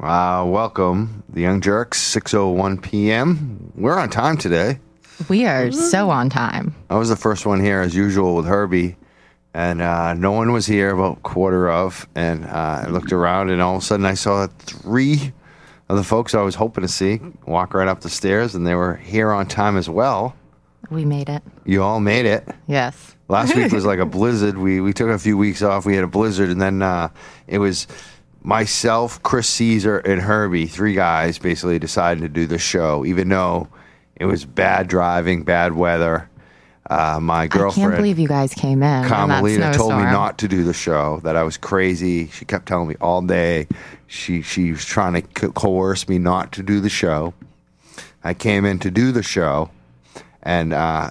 Uh, welcome, the Young Jerks, 6.01 p.m. We're on time today. We are so on time. I was the first one here, as usual, with Herbie, and uh, no one was here about quarter of, and uh, I looked around, and all of a sudden I saw three of the folks I was hoping to see walk right up the stairs, and they were here on time as well. We made it. You all made it. Yes. Last week was like a blizzard. We we took a few weeks off. We had a blizzard, and then uh, it was myself, Chris Caesar, and Herbie, three guys, basically decided to do the show, even though it was bad driving, bad weather. Uh, my I girlfriend, can't believe you guys came in. on that Kamalina, told me snowstorm. not to do the show. That I was crazy. She kept telling me all day. She she was trying to co- coerce me not to do the show. I came in to do the show, and uh,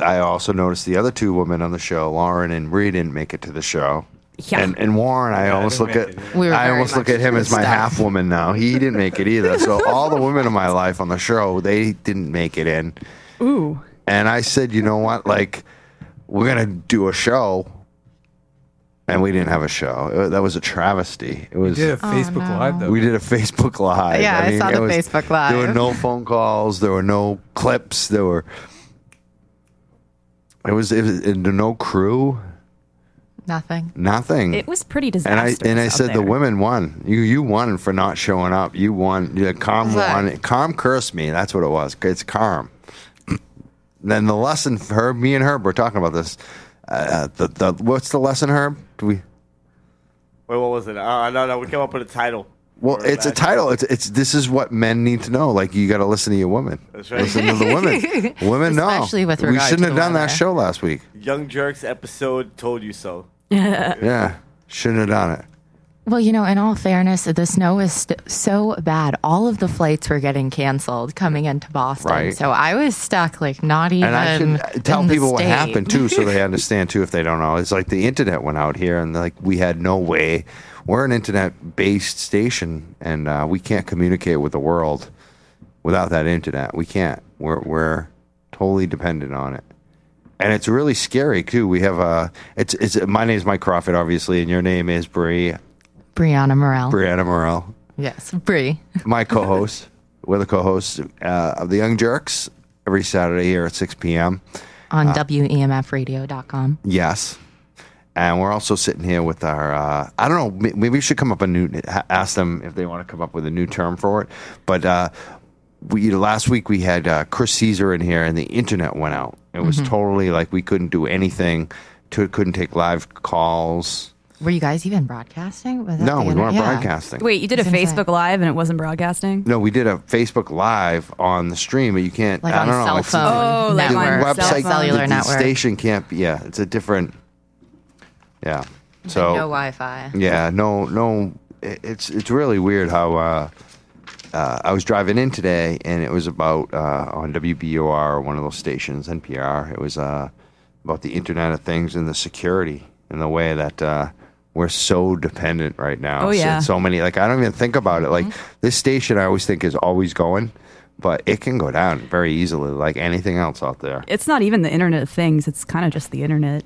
I also noticed the other two women on the show, Lauren and Bree, didn't make it to the show. Yeah. And, and Warren, I almost didn't look at make it We were I very almost look much at him as my stuck. half woman now. He didn't make it either. So all the women in my life on the show, they didn't make it in. Ooh. And I said, you know what? Like, we're gonna do a show, and we didn't have a show. It- that was a travesty. It was. We did a Facebook Live though. We did a Facebook Live. Yeah, I saw it the Facebook Live. There were no phone calls. There were no clips. There were. It was, it was and no crew, Nothing. nothing. It was pretty and I disastrous. and I out said the there. women won. You you won for not showing up. You won. Yeah, Carm Look. won. Carm cursed me. That's what it was. It's Carm. then the lesson for her, me and Herb were talking about this. Uh, the, the what's the lesson, Herb? Do we? Wait, what was it? Uh, no, no, we came up with a title. Well, Or it's a back- title. It's it's this is what men need to know. Like you got to listen to your woman. That's right. Listen to the women. Women know. Especially with we regard shouldn't to have the done that weather. show last week. Young Jerks episode told you so. Yeah, shouldn't have done it. Well, you know, in all fairness, the snow is st- so bad. All of the flights were getting canceled coming into Boston. Right. So I was stuck, like, not even. and I should uh, tell in the people what state. happened too, so they understand too if they don't know. It's like the internet went out here, and like we had no way. We're an internet-based station, and uh, we can't communicate with the world without that internet. We can't. We're we're totally dependent on it, and it's really scary too. We have a. It's it's my name is Mike Crawford, obviously, and your name is Bree Brianna Morel. Brianna Morel Yes, Bri. my co-host. We're the co-hosts uh, of the Young Jerks every Saturday here at 6 p.m. On Uh, E WEMFradio.com. Yes. And we're also sitting here with our, uh, I don't know, may- maybe we should come up a new, ha- ask them if they want to come up with a new term for it. But uh, we, last week we had uh, Chris Caesar in here and the internet went out. It was Mm-hmm. totally like we couldn't do anything, to, couldn't take live calls. Were you guys even broadcasting? Was that No, the we inter- weren't yeah. broadcasting. Wait, you did a was gonna say- Facebook Live and it wasn't broadcasting? No, we did a Facebook Live on the stream, but you can't, Like I on don't know. cell it's- phone. Oh, like the on network. cell website phone. cellular the, the network. station can't be yeah it's a different yeah so no Wi-Fi. yeah no no it- it's it's really weird how uh uh, I was driving in today, and it was about uh, on WBOR, one of those stations, NPR. It was uh, about the Internet of Things and the security and the way that uh, we're so dependent right now. Oh, So- yeah. Mm-hmm. so many. Like I don't even think about it. Like this station, I always think is always going, but it can go down very easily, like anything else out there. It's not even the Internet of Things. It's kind of just the Internet.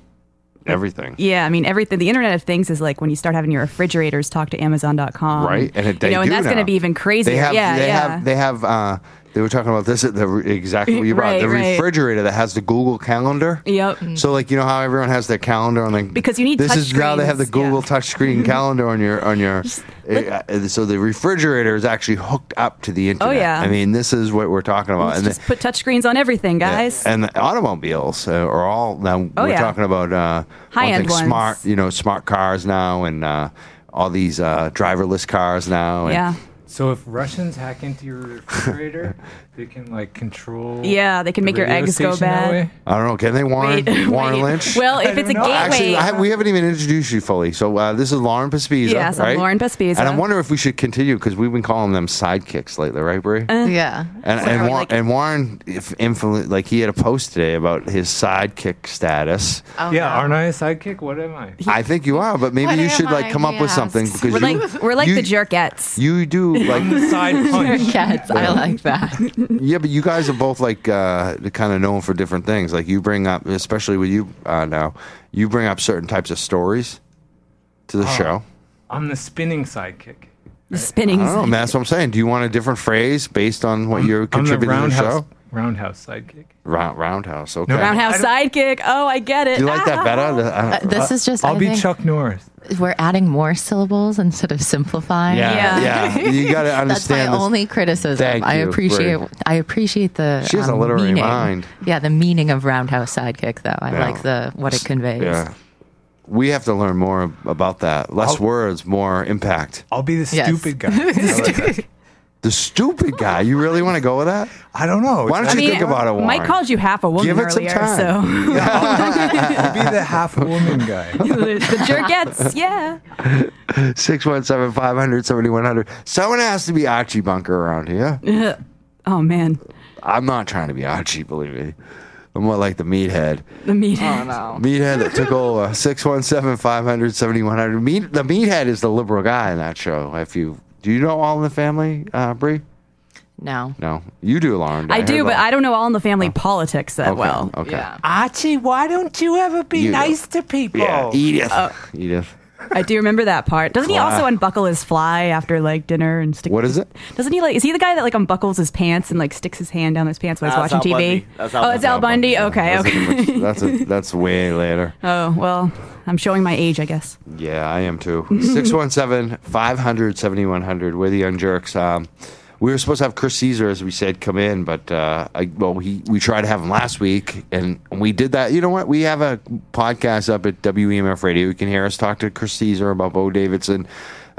Everything. Yeah, I mean, everything. The Internet of Things is like when you start having your refrigerators talk to Amazon.com. right? And it, they you know, and do that's going now. to be even crazier. They have, yeah, they yeah. have, they have. Uh, they were talking about this at the re- exactly what you brought Right, the right. refrigerator that has the Google Calendar. Yep. So like you know how everyone has their calendar on the Because you need this touch is now they have the screens, yeah. Google touch screen calendar on your on your uh, uh, so the refrigerator is actually hooked up to the internet. Oh, yeah. I mean this is what we're talking about. Let's And just put touchscreens on everything, guys. and the automobiles uh, are all now. Oh, we're yeah. talking about uh, High-end one thing, smart, ones. you know, smart cars now, and uh, all these uh, driverless cars now. And yeah. So if Russians hack into your refrigerator, they can like control. Yeah, they can the make your radio eggs go station that bad. way? I don't know. Can they Warren Wait, Warren wait. Lynch? Well, if it's a don't know. gateway, Actually, I have, we haven't even introduced you fully. So uh, this is Lauren Pespiza. Yes, I'm right? Lauren Pespiza. And I wonder if we should continue because we've been calling them sidekicks lately, right, Brie? Uh, Yeah. and and, we Warren, like- and Warren, if influ- like he had a post today about his sidekick status. Uh-huh. Oh, Yeah, no. aren't I a sidekick? What am I? I think you are, but maybe What you am should like I? come up He with something asks. because we're you, like we're like you, the jerkettes. You do like The side punch. Yes, I like that. yeah, but you guys are both like uh, kind of known for different things. Like you bring up, especially with you uh, now, you Oh. bring up certain types of stories to the show. I'm the spinning sidekick. The spinning. I don't know, man. That's what I'm saying. Do you want a different phrase based on what you're I'm the contributing to the roundhouse show? roundhouse sidekick. Round, roundhouse. Okay. Roundhouse sidekick. Oh, I get it. Do you like that better? The- uh, I don't- This is just, I'll I be think Chuck Norris. we're adding more syllables instead of simplifying. yeah. Yeah. yeah. You got to That's my understand. this. only criticism. Thank I you, appreciate Bree. I appreciate the She has a um, literary meaning. mind. Yeah, the meaning of roundhouse sidekick though. I Yeah. like the what it conveys. Yeah. We have to learn more about that. Less I'll- words, more impact. I'll be the Yes. stupid guy. I, like that. The stupid guy. You really want to go with that? I don't know. Why don't I you mean, think about it, Warren? Mike called you half a woman Give it some earlier, time. so I'll be the half woman guy. the, the jerkettes, yeah. 617 500 7100. Someone has to be Archie Bunker around here. Oh man, I'm not trying to be Archie, believe me. I'm more like the meathead. the meeting. Oh, Meathead that took over 617 500 7100. Meat, the meathead is the liberal guy in that show. If you Do you know All in the Family, uh, Brie? No. No. You do, Lauren. I heard do, but that. I don't know all in the family politics that Oh. Okay, well. Okay. Yeah. Archie, why don't you ever be You- nice to people? Oh. Yeah, Edith. Oh. Edith. I do remember that part. Doesn't he also unbuckle his fly after like dinner and stick? What is it? Doesn't he like? Is he the guy that like unbuckles his pants and like sticks his hand down his pants when he's Nah, watching that's Al TV? Bundy. That's Al oh, it's Al Bundy. Okay, That's a okay. different- that's a, that's way later. Oh well, I'm showing my age, I guess. Yeah, I am too. 617 500 7100. We're the Young Jerks. Um, we were supposed to have Chris Caesar, as we said, come in, but uh, I, well, he, we tried to have him last week, and we did that. You know what? We have a podcast up at WEMF Radio. You can hear us talk to Chris Caesar about Bo Davidson.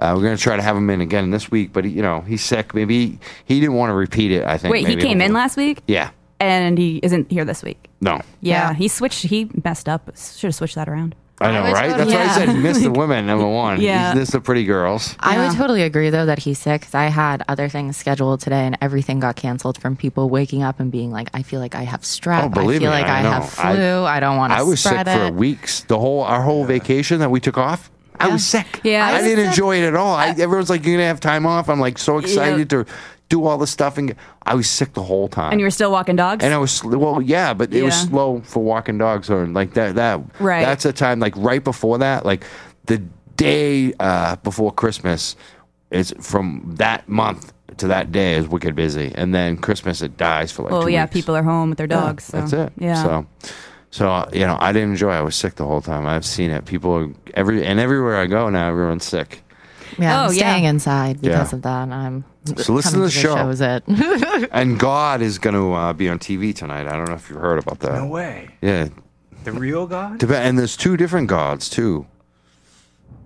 Uh, we're going to try to have him in again this week, but he, you know he's sick. Maybe he didn't want to repeat it. I think. Wait, he Maybe came in we'll- last week Yeah. and he isn't here this week. No. Yeah, Yeah. he switched. He messed up. Should have switched that around. I know, I was right? gonna- That's why I Yeah. said he missed the women, number one. Yeah. He's missed the pretty girls. I would Yeah. totally agree though that he's sick 'cause I had other things scheduled today and everything got canceled from people waking up and being like, I feel like I have strep. Oh, believe I feel me, like I I, know. have I- flu. I, don't want to I was sick spread for it. weeks. The whole our whole vacation that we took off, I was sick. Yeah, I I, was didn't enjoy it at all. I, everyone's like, "You're gonna have time off." I'm like so excited to do all this stuff, and get- I was sick the whole time. And you were still walking dogs. And I was sl- well, yeah, but it was Yeah. slow for walking dogs or like that. That Right. That's a time like right before that, like the day uh, before Christmas is from that month to that day is wicked busy, and then Christmas it dies for like. well, two yeah, weeks. people are home with their Yeah, dogs. so, That's it. Yeah. So, so uh, you know, I didn't enjoy. it. I was sick the whole time. I've seen it. People are- every and everywhere I go now, everyone's sick. Yeah, I'm Oh, yeah. staying inside because Yeah. of that. I'm So listen to coming the show. Is it? And God is going to uh, be on TV tonight. I don't know if you heard about that. No way. Yeah. The real God? Dep- And there's two different gods too.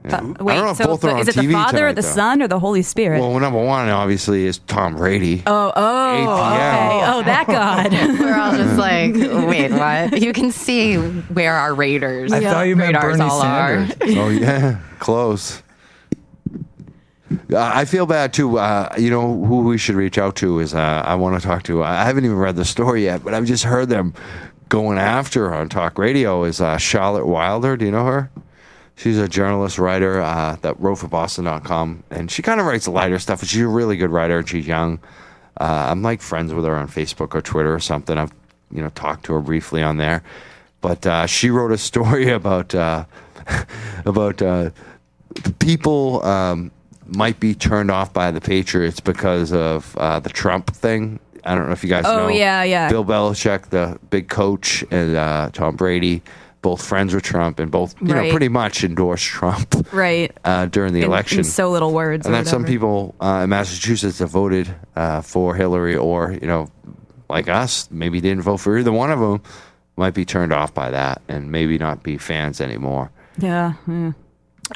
But wait, I don't know if so both are the- on is it the TV Father, tonight, the though. Son, or the Holy Spirit? Well, number one obviously is Tom Brady. oh, oh, 8 p.m. okay. Oh, that God. We're all just like, wait, what? You can see where our raiders. I thought you meant radars Bernie all are. Sanders. Oh yeah, close. Uh, I feel bad too. Uh, you know who we should reach out to is uh, I want to talk to. I haven't even read the story yet, but I've just heard them going after her on talk radio. Is uh, Charlotte Wilder? Do you know her? She's a journalist writer uh, that wrote for Boston.com, and she kind of writes lighter stuff. But she's a really good writer, and she's young. Uh, I'm like friends with her on Facebook or Twitter or something. I've you know talked to her briefly on there, but uh, she wrote a story about uh, about uh, the people um, might be turned off by the Patriots because of uh, the Trump thing. I don't know if you guys know. Oh, yeah, yeah. Bill Belichick, the big coach, and uh, Tom Brady, both friends with Trump, and both you know Right. pretty much endorsed Trump right. uh, during the In- in election. so little words. and or then some whatever. people uh, in Massachusetts have voted uh, for Hillary, or you know, like us, maybe didn't vote for either one of them, might be turned off by that, and maybe not be fans anymore. Yeah. yeah.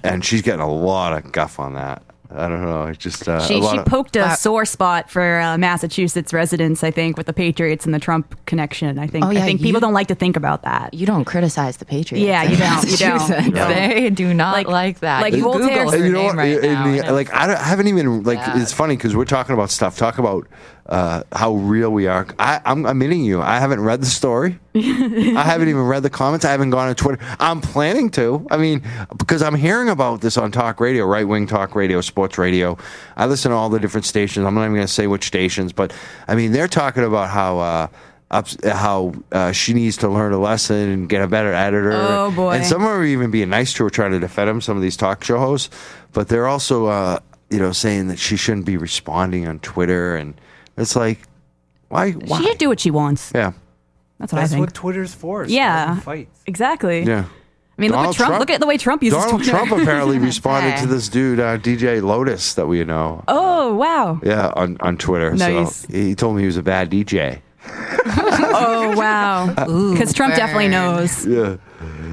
And she's getting a lot of guff on that. I don't know. It's just uh, a She, lot she of- poked a Wow. sore spot for uh, Massachusetts residents, I think, with the Patriots and the Trump connection. I think Oh, yeah, I think people you- don't like to think about that. You don't criticize the Patriots. Yeah, in you don't, you don't. Massachusetts. No. They do not Like- like, that. like you Voltaire- Google her And you know name what? right In now, the- and it's- like I, don't- I haven't even like Yeah. it's funny because we're talking about stuff. Talk about uh, how real we are. I, I'm admitting you. I haven't read the story. I haven't even read the comments. I haven't gone on Twitter. I'm planning to. I mean, because I'm hearing about this on talk radio, right wing talk radio, sports radio. I listen to all the different stations. I'm not even going to say which stations, but I mean, they're talking about how. Uh, ups, how uh, she needs to learn a lesson and get a better editor. Oh, boy. And some are even being nice to her, trying to defend him. Some of these talk show hosts, but they're also uh, you know, saying that she shouldn't be responding on Twitter, and it's like, why? Why? She should do what she wants. yeah, That's what That's I think. what Twitter's for. is Yeah. starting Fights. Exactly. yeah. I mean, Donald look at Trump, Trump- Look at the way Trump uses Donald Twitter. Trump apparently responded Okay. to this dude, uh, DJ Lotus, that we know. oh wow. Yeah, on, on Twitter. Nice. So he told me he was a bad DJ. Oh wow. Uh, Because Trump definitely burn. knows. Yeah.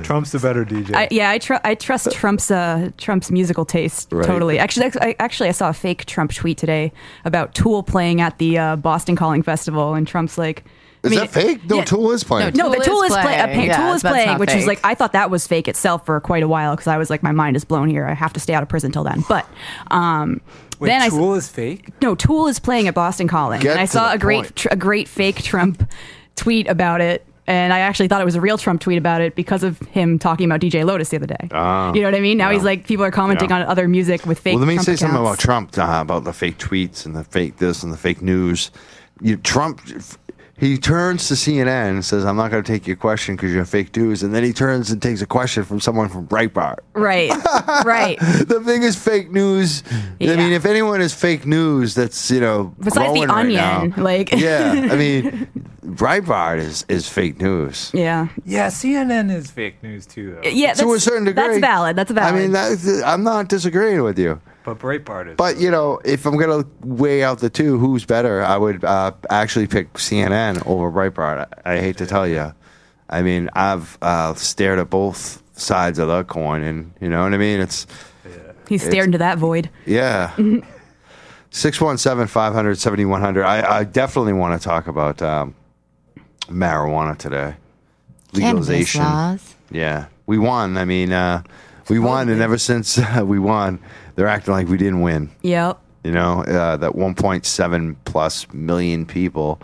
Trump's the better DJ. I, yeah, I, tr- I trust Trump's uh, Trump's musical taste Right. totally. Actually, I, actually, I saw a fake Trump tweet today about Tool playing at the uh, Boston Calling Festival, and Trump's like, I Is mean, that fake? No, yeah. Tool is playing. No, Tool the is Tool is playing. playing. Yeah, Tool is that's playing, not which was fake. like I thought that was fake itself for quite a while because I was like, my mind is blown here. I have to stay out of prison till then. But um, Wait, then I s- Tool is fake. no, Tool is playing at Boston Calling, Get and I to saw the a great point. tr- a great fake Trump tweet about it, and I actually thought it was a real Trump tweet about it because of him talking about DJ Lotus the other day. you know what I mean? Now he's Ah, yeah. like people are commenting Yeah. on other music with fake. Well, let me Trump say something about accounts. Trump, uh, about the fake tweets and the fake this and the fake news. You, Trump, he turns to CNN and says, I'm not going to take your question because you're fake news. And then he turns and takes a question from someone from Breitbart. Right, right. The biggest fake news. I Yeah. mean, if anyone is fake news, that's, you know, Besides the growing right now. Onion, like yeah, I mean, Breitbart is, is fake news. yeah, Yeah, CNN is fake news too, though. yeah. to a that's- certain degree. that's valid. That's valid. I mean, that, I'm not disagreeing with you. But Breitbart is. But you know, if I'm gonna weigh out the two, who's better? I would uh, actually pick CNN over Breitbart. I, I hate to tell you. I mean, I've uh, stared at both sides of the coin, and you know what I mean. It's he stared into that void. yeah. 617 500 7100. I, I definitely want to talk about um, marijuana today. Legalization. laws. Yeah, we won. I mean, uh, we won, and ever since uh, we won, they're acting like we didn't win. Yep. You know, uh, that 1.7 plus million people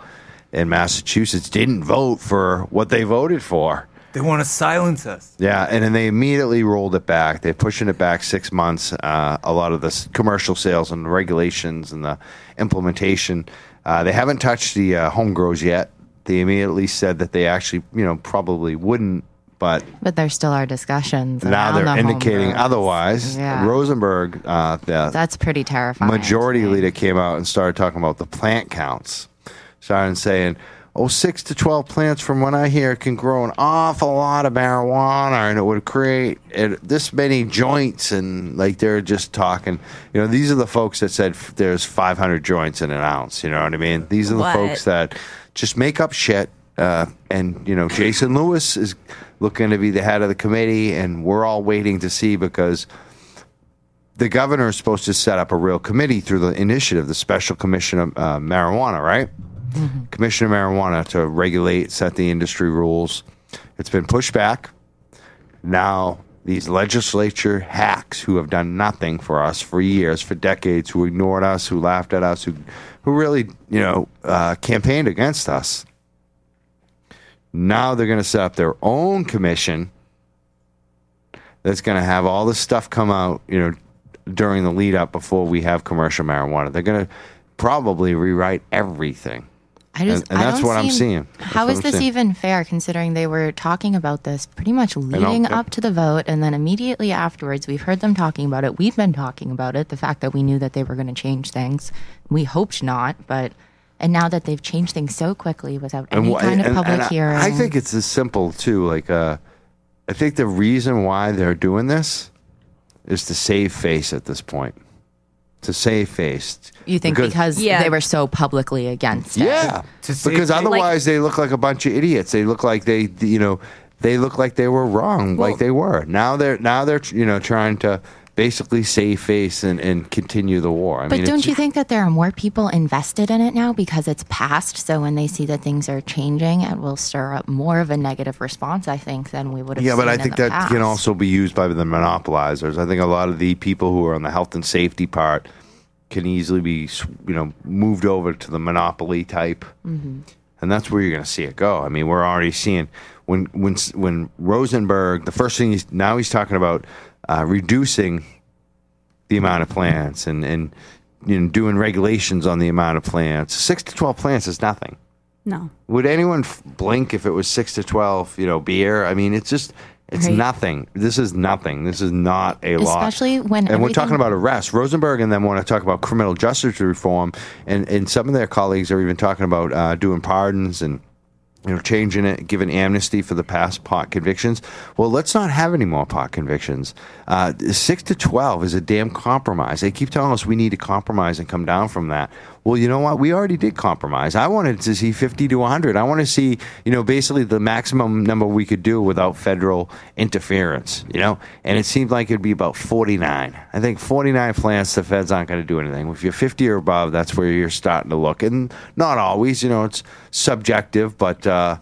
in Massachusetts didn't vote for what they voted for. they want to silence us. Yeah, and then they immediately rolled it back. They're pushing it back six months. Uh, a lot of the s- commercial sales and the regulations and the implementation. Uh, they haven't touched the uh, home grows yet. They immediately said that they actually, you know, probably wouldn't, but But there still are discussions. now around they're the indicating homegrown. otherwise. Yeah. Rosenberg, uh, the That's pretty terrifying. majority to me. leader, came out and started talking about the plant counts, started saying, "Oh, six to twelve plants from what I hear can grow an awful lot of marijuana, and it would create it, this many joints." And like they're just talking, you know, these are the folks that said f- there's 500 joints in an ounce. You know what I mean? These are the What? folks that just make up shit. Uh, and you know, Jason Lewis is looking to be the head of the committee, and we're all waiting to see because the governor is supposed to set up a real committee through the initiative, the Special Commission of uh, Marijuana, right? Commission of Marijuana to regulate, set the industry rules. It's been pushed back. Now, these legislature hacks who have done nothing for us for years, for decades, who ignored us, who laughed at us, who, who really, you know, uh, campaigned against us. Now they're going to set up their own commission that's going to have all this stuff come out, you know, during the lead up before we have commercial marijuana. They're going to probably rewrite everything. I just, and- and I that's don't what I'm seem- seeing. That's How what is I'm this seeing. even fair considering they were talking about this pretty much leading yep. up to the vote and then immediately afterwards we've heard them talking about it. We've been talking about it, the fact that we knew that they were going to change things. We hoped not, but and now that they've changed things so quickly without any wh- kind of public I- hearing. I, think it's as simple too. Like, uh, I think the reason why they're doing this is to save face at this point. To save face. you think because, Yeah. they were so publicly against it. yeah, To save because face. otherwise they look like a bunch of idiots. They look like they, you know, they look like they were wrong, Well- like they were. Now they're now they're you know trying to basically save face and, and continue the war. I But mean, don't it's- you think that there are more people invested in it now because it's passed? So when they see that things are changing, it will stir up more of a negative response, I think, than we would have Yeah, but seen I in think the that can past. also be used by the monopolizers. I think a lot of the people who are on the health and safety part can easily be, you know, moved over to the monopoly type, Mm-hmm. and that's where you're going to see it go. I mean, we're already seeing when when when Rosenberg, the first thing he's now he's talking about uh, reducing the amount of plants and and you know doing regulations on the amount of plants. Six to twelve plants is nothing No. would anyone f- blink if it was six to twelve? You know, beer. I mean, it's just It's Right. nothing. This is nothing. This is not a law. Especially when and we're talking everything- about arrest. Rosenberg and them want to talk about criminal justice reform, and and some of their colleagues are even talking about uh, doing pardons and you know, changing it, giving amnesty for the past pot convictions. Well, let's not have any more pot convictions. Uh, six to 12 is a damn compromise. They keep telling us we need to compromise and come down from that. Well, you know what? We already did compromise. I wanted to see 50 to 100. I want to see, you know, basically the maximum number we could do without federal interference, you know? And it seemed like it'd be about 49. I think 49 plants, the feds aren't going to do anything. If you're 50 or above, that's where you're starting to look. And not always, you know, it's subjective, but, uh,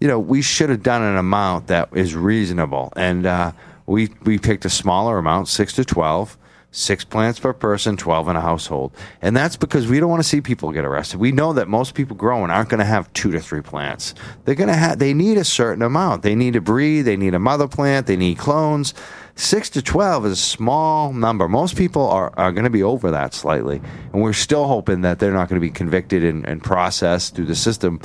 you know, we should have done an amount that is reasonable. And uh, we, we picked a smaller amount, 6 to 12. Six plants per person, 12 in a household. And that's because we don't want to see people get arrested. We know that most people growing aren't going to have two to three plants. They're going to have, they need a certain amount. They need to breed, they need a mother plant, they need clones. Six to 12 is a small number. Most people are, are going to be over that slightly. And we're still hoping that they're not going to be convicted and, and processed through the system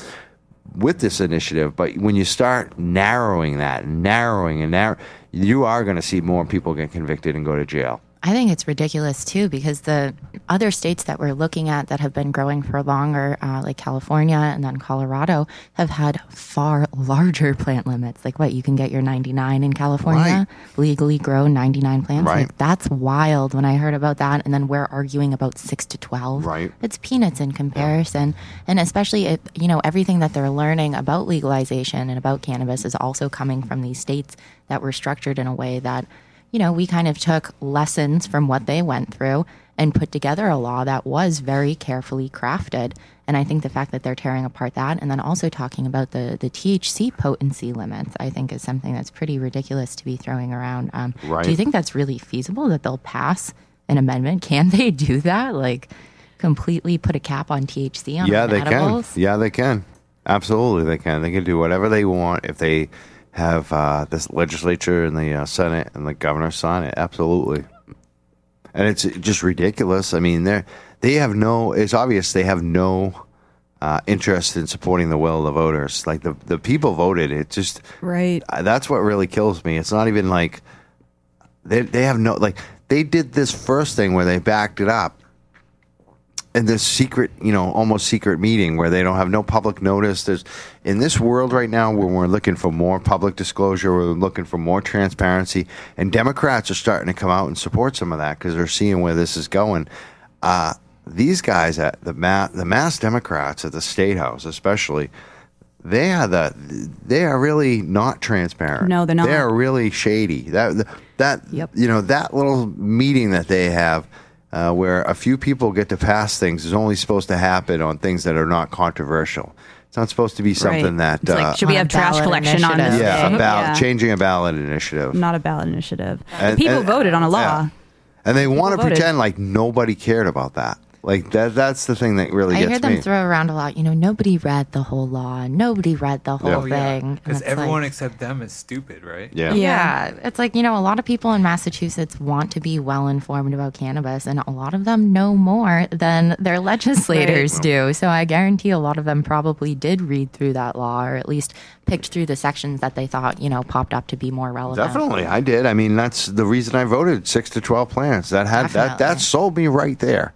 with this initiative, but when you start narrowing that, narrowing and narrow, you are going to see more people get convicted and go to jail. I think it's ridiculous too because the other states that we're looking at that have been growing for longer, uh, like California and then Colorado, have had far larger plant limits. Like what you can get your 99 in California, legally grow 99 plants. Right. Like, that's wild. When I heard about that, and then we're arguing about six to 12. Right. It's peanuts in comparison, and especially if you know everything that they're learning about legalization and about cannabis is also coming from these states that were structured in a way that you know, we kind of took lessons from what they went through and put together a law that was very carefully crafted. And I think the fact that they're tearing apart that and then also talking about the, the THC potency limits, I think is something that's pretty ridiculous to be throwing around. Um, Right. Do you think that's really feasible that they'll pass an amendment? Can they do that? Like completely put a cap on THC on yeah, they edibles? can. Yeah, they can. Absolutely, they can. They can do whatever they want if they have uh, this legislature and the uh, Senate and the governor sign it. Absolutely, and it's just ridiculous. I mean, they they have no. It's obvious they have no uh, interest in supporting the will of the voters. Like the the people voted. It just Right. I- that's what really kills me. It's not even like they they have no like they did this first thing where they backed it up in this secret, you know, almost secret meeting where they don't have no public notice. There's in this world right now where we're looking for more public disclosure, we're looking for more transparency, and Democrats are starting to come out and support some of that because they're seeing where this is going. Uh, these guys at the ma- the mass Democrats at the state house, especially, they are the they are really not transparent. No, they're not. They are really shady. That that Yep. you know that little meeting that they have uh, where a few people get to pass things is only supposed to happen on things that are not controversial. It's not supposed to be something that Right. It's like, uh, should we On a have trash ballot collection on initiative. this? yeah, thing? a ballot, Yeah. changing a ballot initiative. Not a ballot initiative. And- People and- voted on a law. yeah. and they want to voted. pretend like nobody cared about that. Like that that's the thing that really I gets hear them me. throw around a lot. You know, nobody read the whole law. Nobody read the whole Oh, yeah. thing. And Because it's like- everyone except them is stupid, right? yeah. Yeah. It's like, you know, a lot of people in Massachusetts want to be well informed about cannabis, and a lot of them know more than their legislators do. So I guarantee a lot of them probably did read through that law or at least picked through the sections that they thought, you know, popped up to be more relevant. Definitely, I did. I mean, that's the reason I voted six to twelve plants. That had that that Definitely. sold me right there.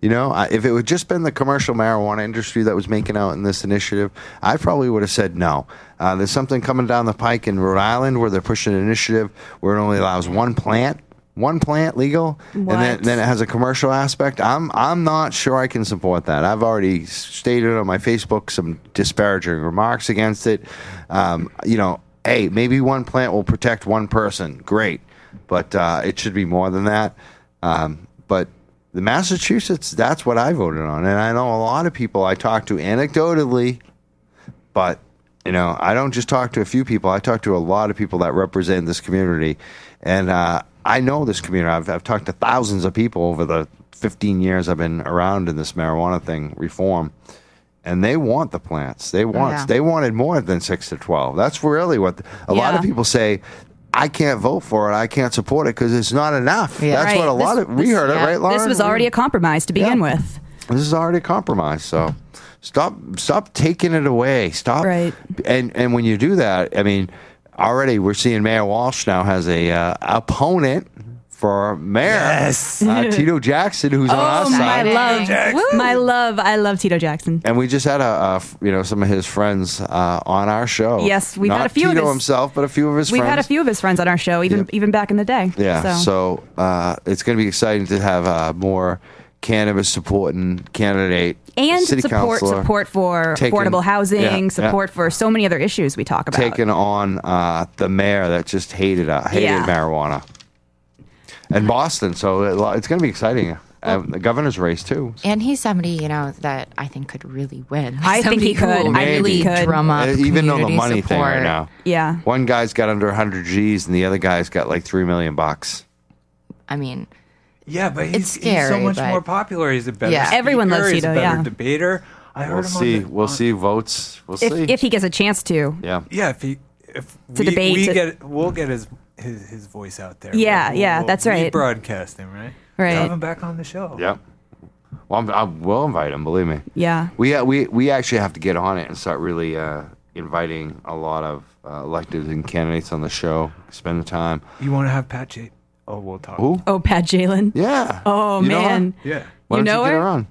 You know, I, if it would just been the commercial marijuana industry that was making out in this initiative, I probably would have said no. Uh, there's something coming down the pike in Rhode Island where they're pushing an initiative where it only allows one plant, one plant legal, and then, What? then it has a commercial aspect. I'm I'm not sure I can support that. I've already stated on my Facebook some disparaging remarks against it. Um, you know, hey, maybe one plant will protect one person. Great, but uh, it should be more than that. Um, but the Massachusetts, that's what I voted on, and I know a lot of people I talk to anecdotally but you know i don't just talk to a few people i talk to a lot of people that represent this community and uh, i know this community I've, I've talked to thousands of people over the 15 years i've been around in this marijuana thing reform and they want the plants they want yeah. they wanted more than 6 to 12 that's really what a lot of Yeah. people say I can't vote for it. I can't support it because it's not enough. Yeah. That's Right. what a lot This- of we this- heard yeah. it right, Lauren. This was already a compromise to begin Yeah. with. This is already a compromise. So stop stop taking it away. Stop Right. and and when you do that, I mean already we're seeing Mayor Walsh now has a uh, opponent for mayor, Yes. uh, Tito Jackson, who's on our Oh, my side. love. Jackson. Woo. My love. I love Tito Jackson. And we just had a, a f- you know some of his friends uh, on our show. Yes, we've Not had a few of Tito his- himself, but a few of his We've friends. had a few of his friends on our show, even Yep. even back in the day. Yeah, so, uh, it's going to be exciting to have uh, more cannabis supporting candidate and city support councilor support for taking- affordable housing, yeah, yeah. support for so many other issues we talk about. taking on uh, the mayor that just hated uh, hated Yeah. marijuana and Boston. So it, lo- it's going to be exciting. Uh, the governor's race too. And he's somebody you know that I think could really win. I think Somebody he who could. will I think really he could. drum up Uh, even on the community money thing right support. now. Yeah. One guy's got under 100 G's and the other guy's got like 3 million bucks. I mean, Yeah, but he's, It's he's so scary, much but- more popular. He's a better. Yeah. speaker, Everyone He's loves a Tito, better yeah. debater. I We'll heard him on see. the- We'll on- see votes. We'll If, see. if he gets a chance to. yeah. Yeah, if he if To we, debate, we to- get we'll get his his, his voice out there. Yeah, We'll- yeah, we'll that's right. Broadcast him, right? Right. Have him back on the show. Yep. Well, I'm, I will invite him. Believe me. Yeah. We uh, we we actually have to get on it and start really uh, inviting a lot of uh, elected and candidates on the show. Spend the time. You want to have Pat J? Oh, we'll talk. Who? Oh, Pat Jalen. Yeah. Oh You know her? man. Yeah. Why don't You know you get her? her on?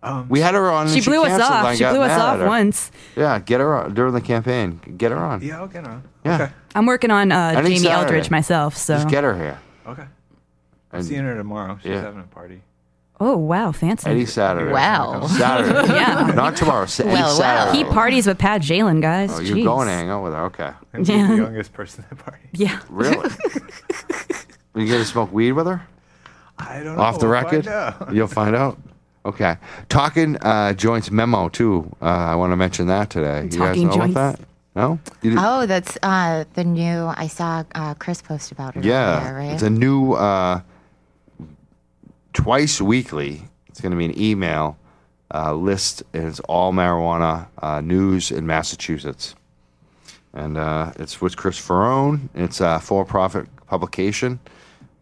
Um, we had her on. and She blew us canceled off. and She got blew us mad at off her. once. Yeah, get her on during the campaign. Get her on. Yeah, I'll get on. Yeah. Okay. I'm working on uh, Any Jamie Saturday. Eldridge myself. So. Just get her here. Okay. And Seeing her tomorrow. She's Yeah. having a party. oh wow, fancy. Any Saturday. Wow. Saturday. Yeah. Not tomorrow. Sa- any Well, well. Saturday. he parties with Pat Jalen, guys. Oh, you're Jeez. going to hang out with her. Okay. And she's the youngest person at the party. Yeah. Really? you going to smoke weed with her? I don't know. off the We'll record. find out. You'll find out. Okay. Talking uh, joints memo too. Uh, I want to mention that today. You guys Talking know joints. about that? No. You didn't- oh, that's uh, the new. I saw uh, Chris post about it. yeah. earlier, right. It's a new uh, twice weekly. It's going to be an email uh, list, and it's all marijuana uh, news in Massachusetts. And uh, it's with Chris Ferrone. It's a for-profit publication.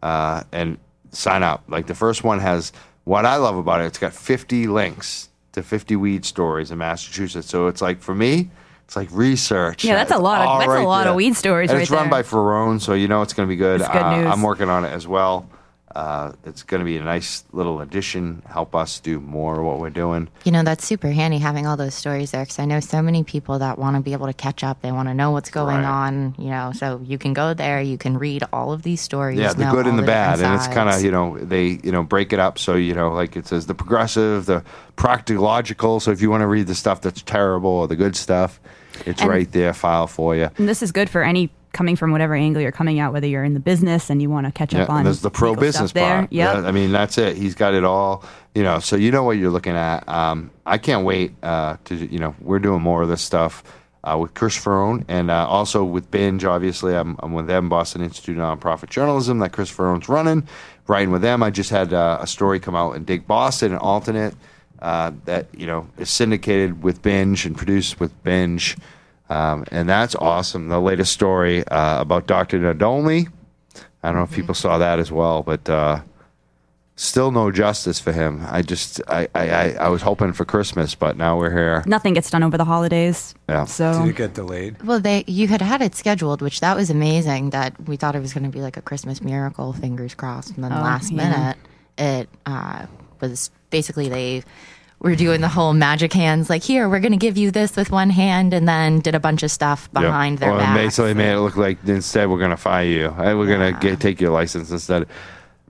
uh, and sign up. Like the first one has what I love about it. It's got 50 links to 50 weed stories in Massachusetts. So it's like for me, it's like research. Yeah, that's a It's lot of- all that's a lot of there. weed stories And right it's run by there. Ferrone, so you know it's going to be good. It's good Uh, news. I'm working on it as well. Uh, it's going to be a nice little addition. Help us do more of what we're doing. You know, that's super handy having all those stories there because I know so many people that want to be able to catch up. They want to know what's going Right. on, you know, so you can go there, you can read all of these stories. Yeah, the know good and the all bad, different and it's kind of sides. you know they you know break it up so you know like it says the progressive, the practicological. So if you want to read the stuff that's terrible or the good stuff, it's And- right there, file for you. And this is good for any coming from whatever angle you're coming out, whether you're in the business and you want to catch Yeah, up on. and there's the pro legal business stuff there. part. Yep. Yeah, I mean that's it. He's got it all. You know, so you know what you're looking at. Um, I can't wait uh, to you know we're doing more of this stuff uh, with Chris Ferrone and uh, also with Binge. Obviously, I'm, I'm with them, Boston Institute of Nonprofit Journalism that Chris Ferrone's running. Writing with them, I just had uh, a story come out in Dig Boston, an alternate uh, that you know is syndicated with Binge and produced with Binge. Um, and that's awesome. The latest story uh, about Dr. Nadolny, I don't know if people Mm-hmm. saw that as well, but uh, still no justice for him. I just I, I, I, I was hoping for Christmas, but now we're here. Nothing gets done over the holidays. Yeah. Did So it get delayed? Well, they you had had it scheduled, which that was amazing. That we thought it was going to be like a Christmas miracle, fingers crossed. And then last yeah. minute, it uh, was basically they were doing the whole magic hands, like here we're going to give you this with one hand, and then did a bunch of stuff behind their Well, back. Basically, made it look like instead we're gonna fire you. Hey, We're gonna get, take your license instead.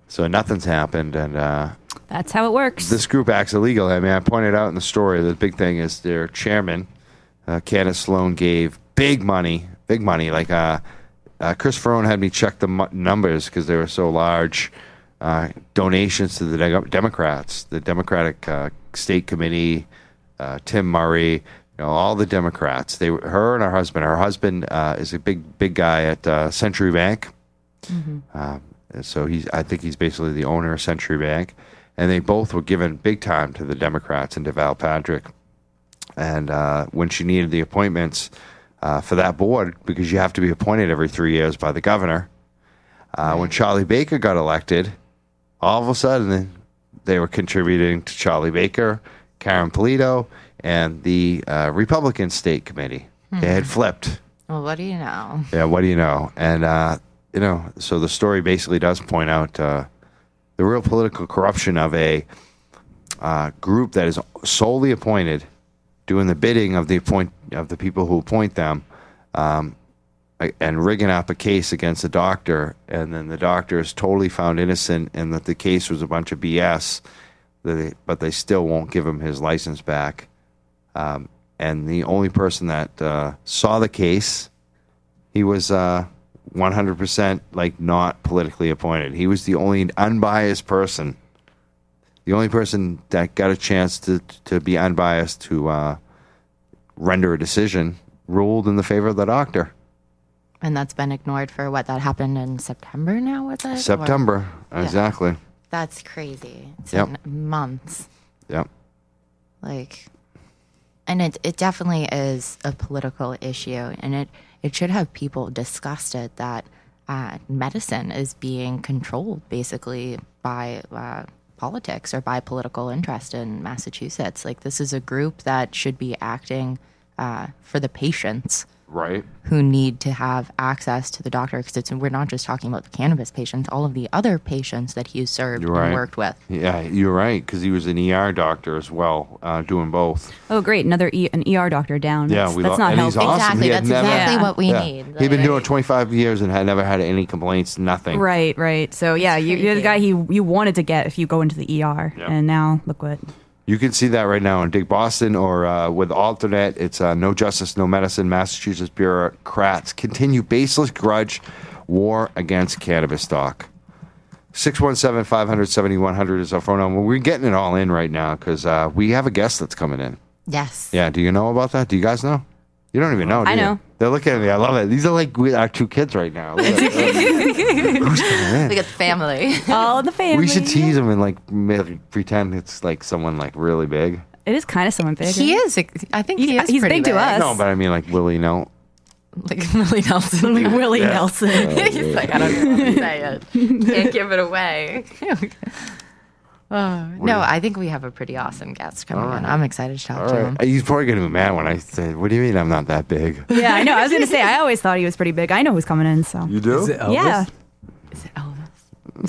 So nothing's happened, and uh, that's how it works. this group acts illegal. I mean, I pointed out in the story the big thing is their chairman, uh, Candace Sloan, gave big money, big money. Like uh, uh, Chris Ferrone had me check the mu- numbers because they were so large. Uh, donations to the Deg- Democrats, the Democratic uh, State Committee, uh, Tim Murray, you know, all the Democrats. They, were- her and her husband. Her husband uh, is a big, big guy at uh, Century Bank. Um, and so he's, I think he's basically the owner of Century Bank, and they both were given big time to the Democrats and to Val Patrick. And uh, when she needed the appointments uh, for that board, because you have to be appointed every three years by the governor, uh, when Charlie Baker got elected, all of a sudden they were contributing to Charlie Baker, Karen Polito, and the uh, Republican State Committee. They had flipped. Well, what do you know? Yeah, what do you know? And uh, you know, so the story basically does point out uh, the real political corruption of a uh, group that is solely appointed, doing the bidding of the appoint of the people who appoint them, um, a- and rigging up a case against the doctor, and then the doctor is totally found innocent, and that the case was a bunch of BS. that They, but they still won't give him his license back. Um, and the only person that uh, saw the case he was uh 100% like not politically appointed. He was the only unbiased person. The only person that got a chance to to be unbiased to uh render a decision ruled in the favor of the doctor. And that's been ignored for what that happened in September now with it? Or- September. Exactly. That's crazy. It's Yep. been months. Yep. Like and it it definitely is a political issue and it it should have people disgusted that uh, medicine is being controlled basically by uh, politics or by political interest in Massachusetts. Like this is a group that should be acting uh, for the patients Right. who need to have access to the doctor because it's we're not just talking about the cannabis patients, all of the other patients that he served Right. and worked with. Yeah, you're right cuz he was an ER doctor as well, uh doing both. Oh, great! Another e- an ER doctor down. Yeah, that's, we lo- that's not and healthy. he's awesome. Exactly, He had that's never- exactly what we Yeah. need. He'd been doing Like- it 25 years and had never had any complaints, nothing. Right, right. So yeah, you, you're the crazy. guy he you wanted to get if you go into the ER, and now look what. You can see that right now in Dig Boston or uh, with Alternate. It's uh, No Justice, No Medicine. Massachusetts bureaucrats continue baseless grudge war against cannabis stock. 617 500 7100 is our phone number. We're getting it all in right now because uh, we have a guest that's coming in. Yes. Yeah, do you know about that? Do you guys know? You don't even know. Do I you? know. They're looking at me. I love it. These are like we, our two kids right now. Look at them. Look at the family. All in the family. we should tease them and like ma- pretend it's like someone like really big. It is kind of someone big. he is. I think he He's- is. he's pretty big to us. No, but I mean like Willie. No, Like Millie Nelson. Like Willie Oh, Nelson. He's like, I don't know how to say it. Can't give it away. Oh, no, I think we have a pretty awesome guest coming in. I'm excited to talk All to right. him. He's probably going to be mad when I say, What do you mean I'm not that big? yeah, I know. I was gonna say I always thought he was pretty big. I know who's coming in. So You do? Is it Elvis? yeah, it's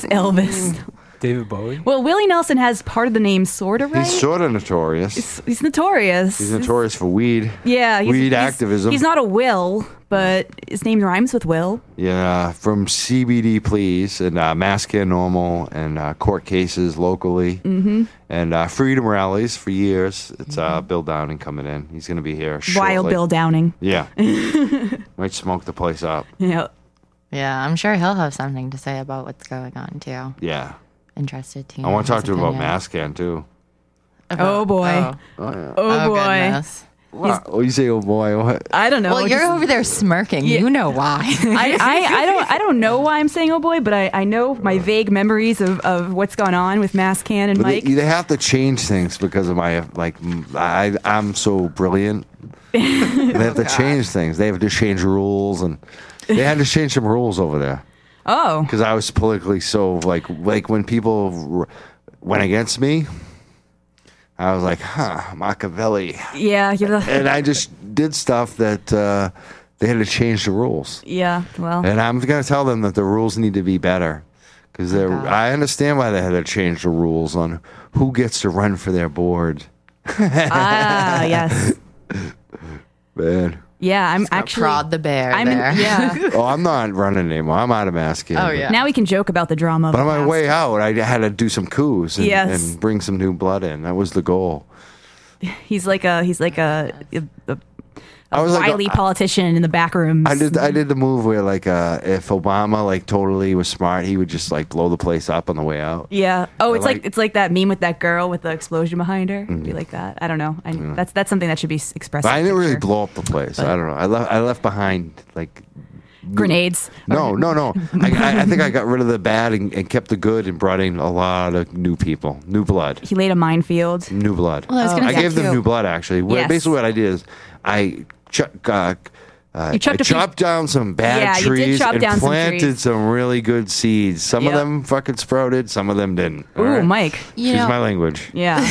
Elvis. Mm. David Bowie? well, Willie Nelson has part of the name sort of right. He's sort of notorious. He's notorious. He's notorious for weed. yeah, he's, weed he's- activism. He's not a Will, but his name rhymes with Will. Yeah, from CBD please and uh, mask and normal and uh, court cases locally mm-hmm. and uh, freedom rallies for years. It's uh, Bill Downing coming in. He's going to be here. Shortly. Mm-hmm. Wild Bill Downing. Yeah, might smoke the place up. Yeah. Yeah, I'm sure he'll have something to say about what's going on too. Yeah, Interested to. I want to hear talk his to him about opinion. Mascan too. Oh boy. Oh, Oh, Oh, boy. goodness. Wow. Oh, you say, oh boy, what? I don't know. Well, you're just- over there smirking. You know why. I, I, I don't I don't know why I'm saying oh boy, but I, I know my vague memories of, of what's gone on with Mass Can and But they, Mike. they have to change things because of my like m- I am so brilliant. they have to change things. They have to change rules and they had to change some rules over there oh. because I was politically so like like when people r- went against me, I was like, huh, Machiavelli, Yeah, you're the, and I just did stuff that uh, they had to change the rules. yeah, well. And I'm going to tell them that the rules need to be better because Oh, they're. I understand why they had to change the rules on who gets to run for their board. Ah, yes. Man, Yeah, I'm actually Prod the bear I'm in, there. yeah. oh, I'm not running anymore. I'm out of masking. Oh, yeah. Now we can joke about the drama. of But on the my past. way out, I had to do some coups and, Yes. and bring some new blood in. That was the goal. He's like a he's like a, a, a I was wily like, uh, politician in the back rooms. I did. I did the move where, like, uh, if Obama like totally was smart, he would just like blow the place up on the way out. yeah. Oh, it's like, like- Mm. it's like that meme with that girl with the explosion behind her. Be like that. I don't know. I, That's that's something that should be s- expressed. But I in didn't really picture. blow up the place. I don't know. I left. I left behind like grenades. No, no, no. I, I, I think I got rid of the bad and, and kept the good and brought in a lot of new people, new blood, He laid a minefield. new blood. Well, I was gonna I say gave them too- new blood actually. What- Yes. Basically, what I did is I ch- uh, Uh, You I chopped a few- chopped down some bad Yeah, you did trees chop and down some planted some, trees. really good seeds. Some Yep. of them fucking sprouted, some of them didn't. All Ooh, right? Mike. Excuse You know, my language. Yeah.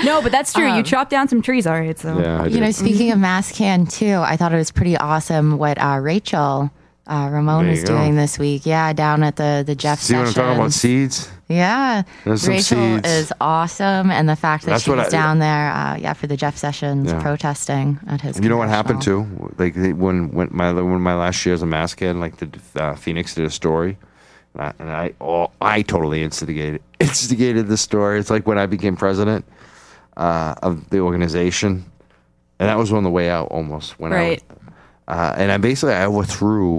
no. No, but that's true. you chopped down some trees, all right. So Um, Yeah, I you know, did. speaking of mass can too, I thought it was pretty awesome what uh, Rachel uh, Ramon There was you go. doing this week. Yeah, down at the the Jeff See what I'm talking about? Sessions. Seeds. Yeah, There's some Rachel seeds. is awesome, and the fact that That's she what was I- down there, uh, yeah, for the Jeff Sessions Yeah. protesting at his. You know what happened congressional. to like they- when when my when my last year as a mask kid, like the uh, Phoenix did a story, and I, and I oh, I totally instigated instigated the story. It's like when I became president uh, of the organization, and that was on the way out almost when Right. I uh, and I basically I overthrew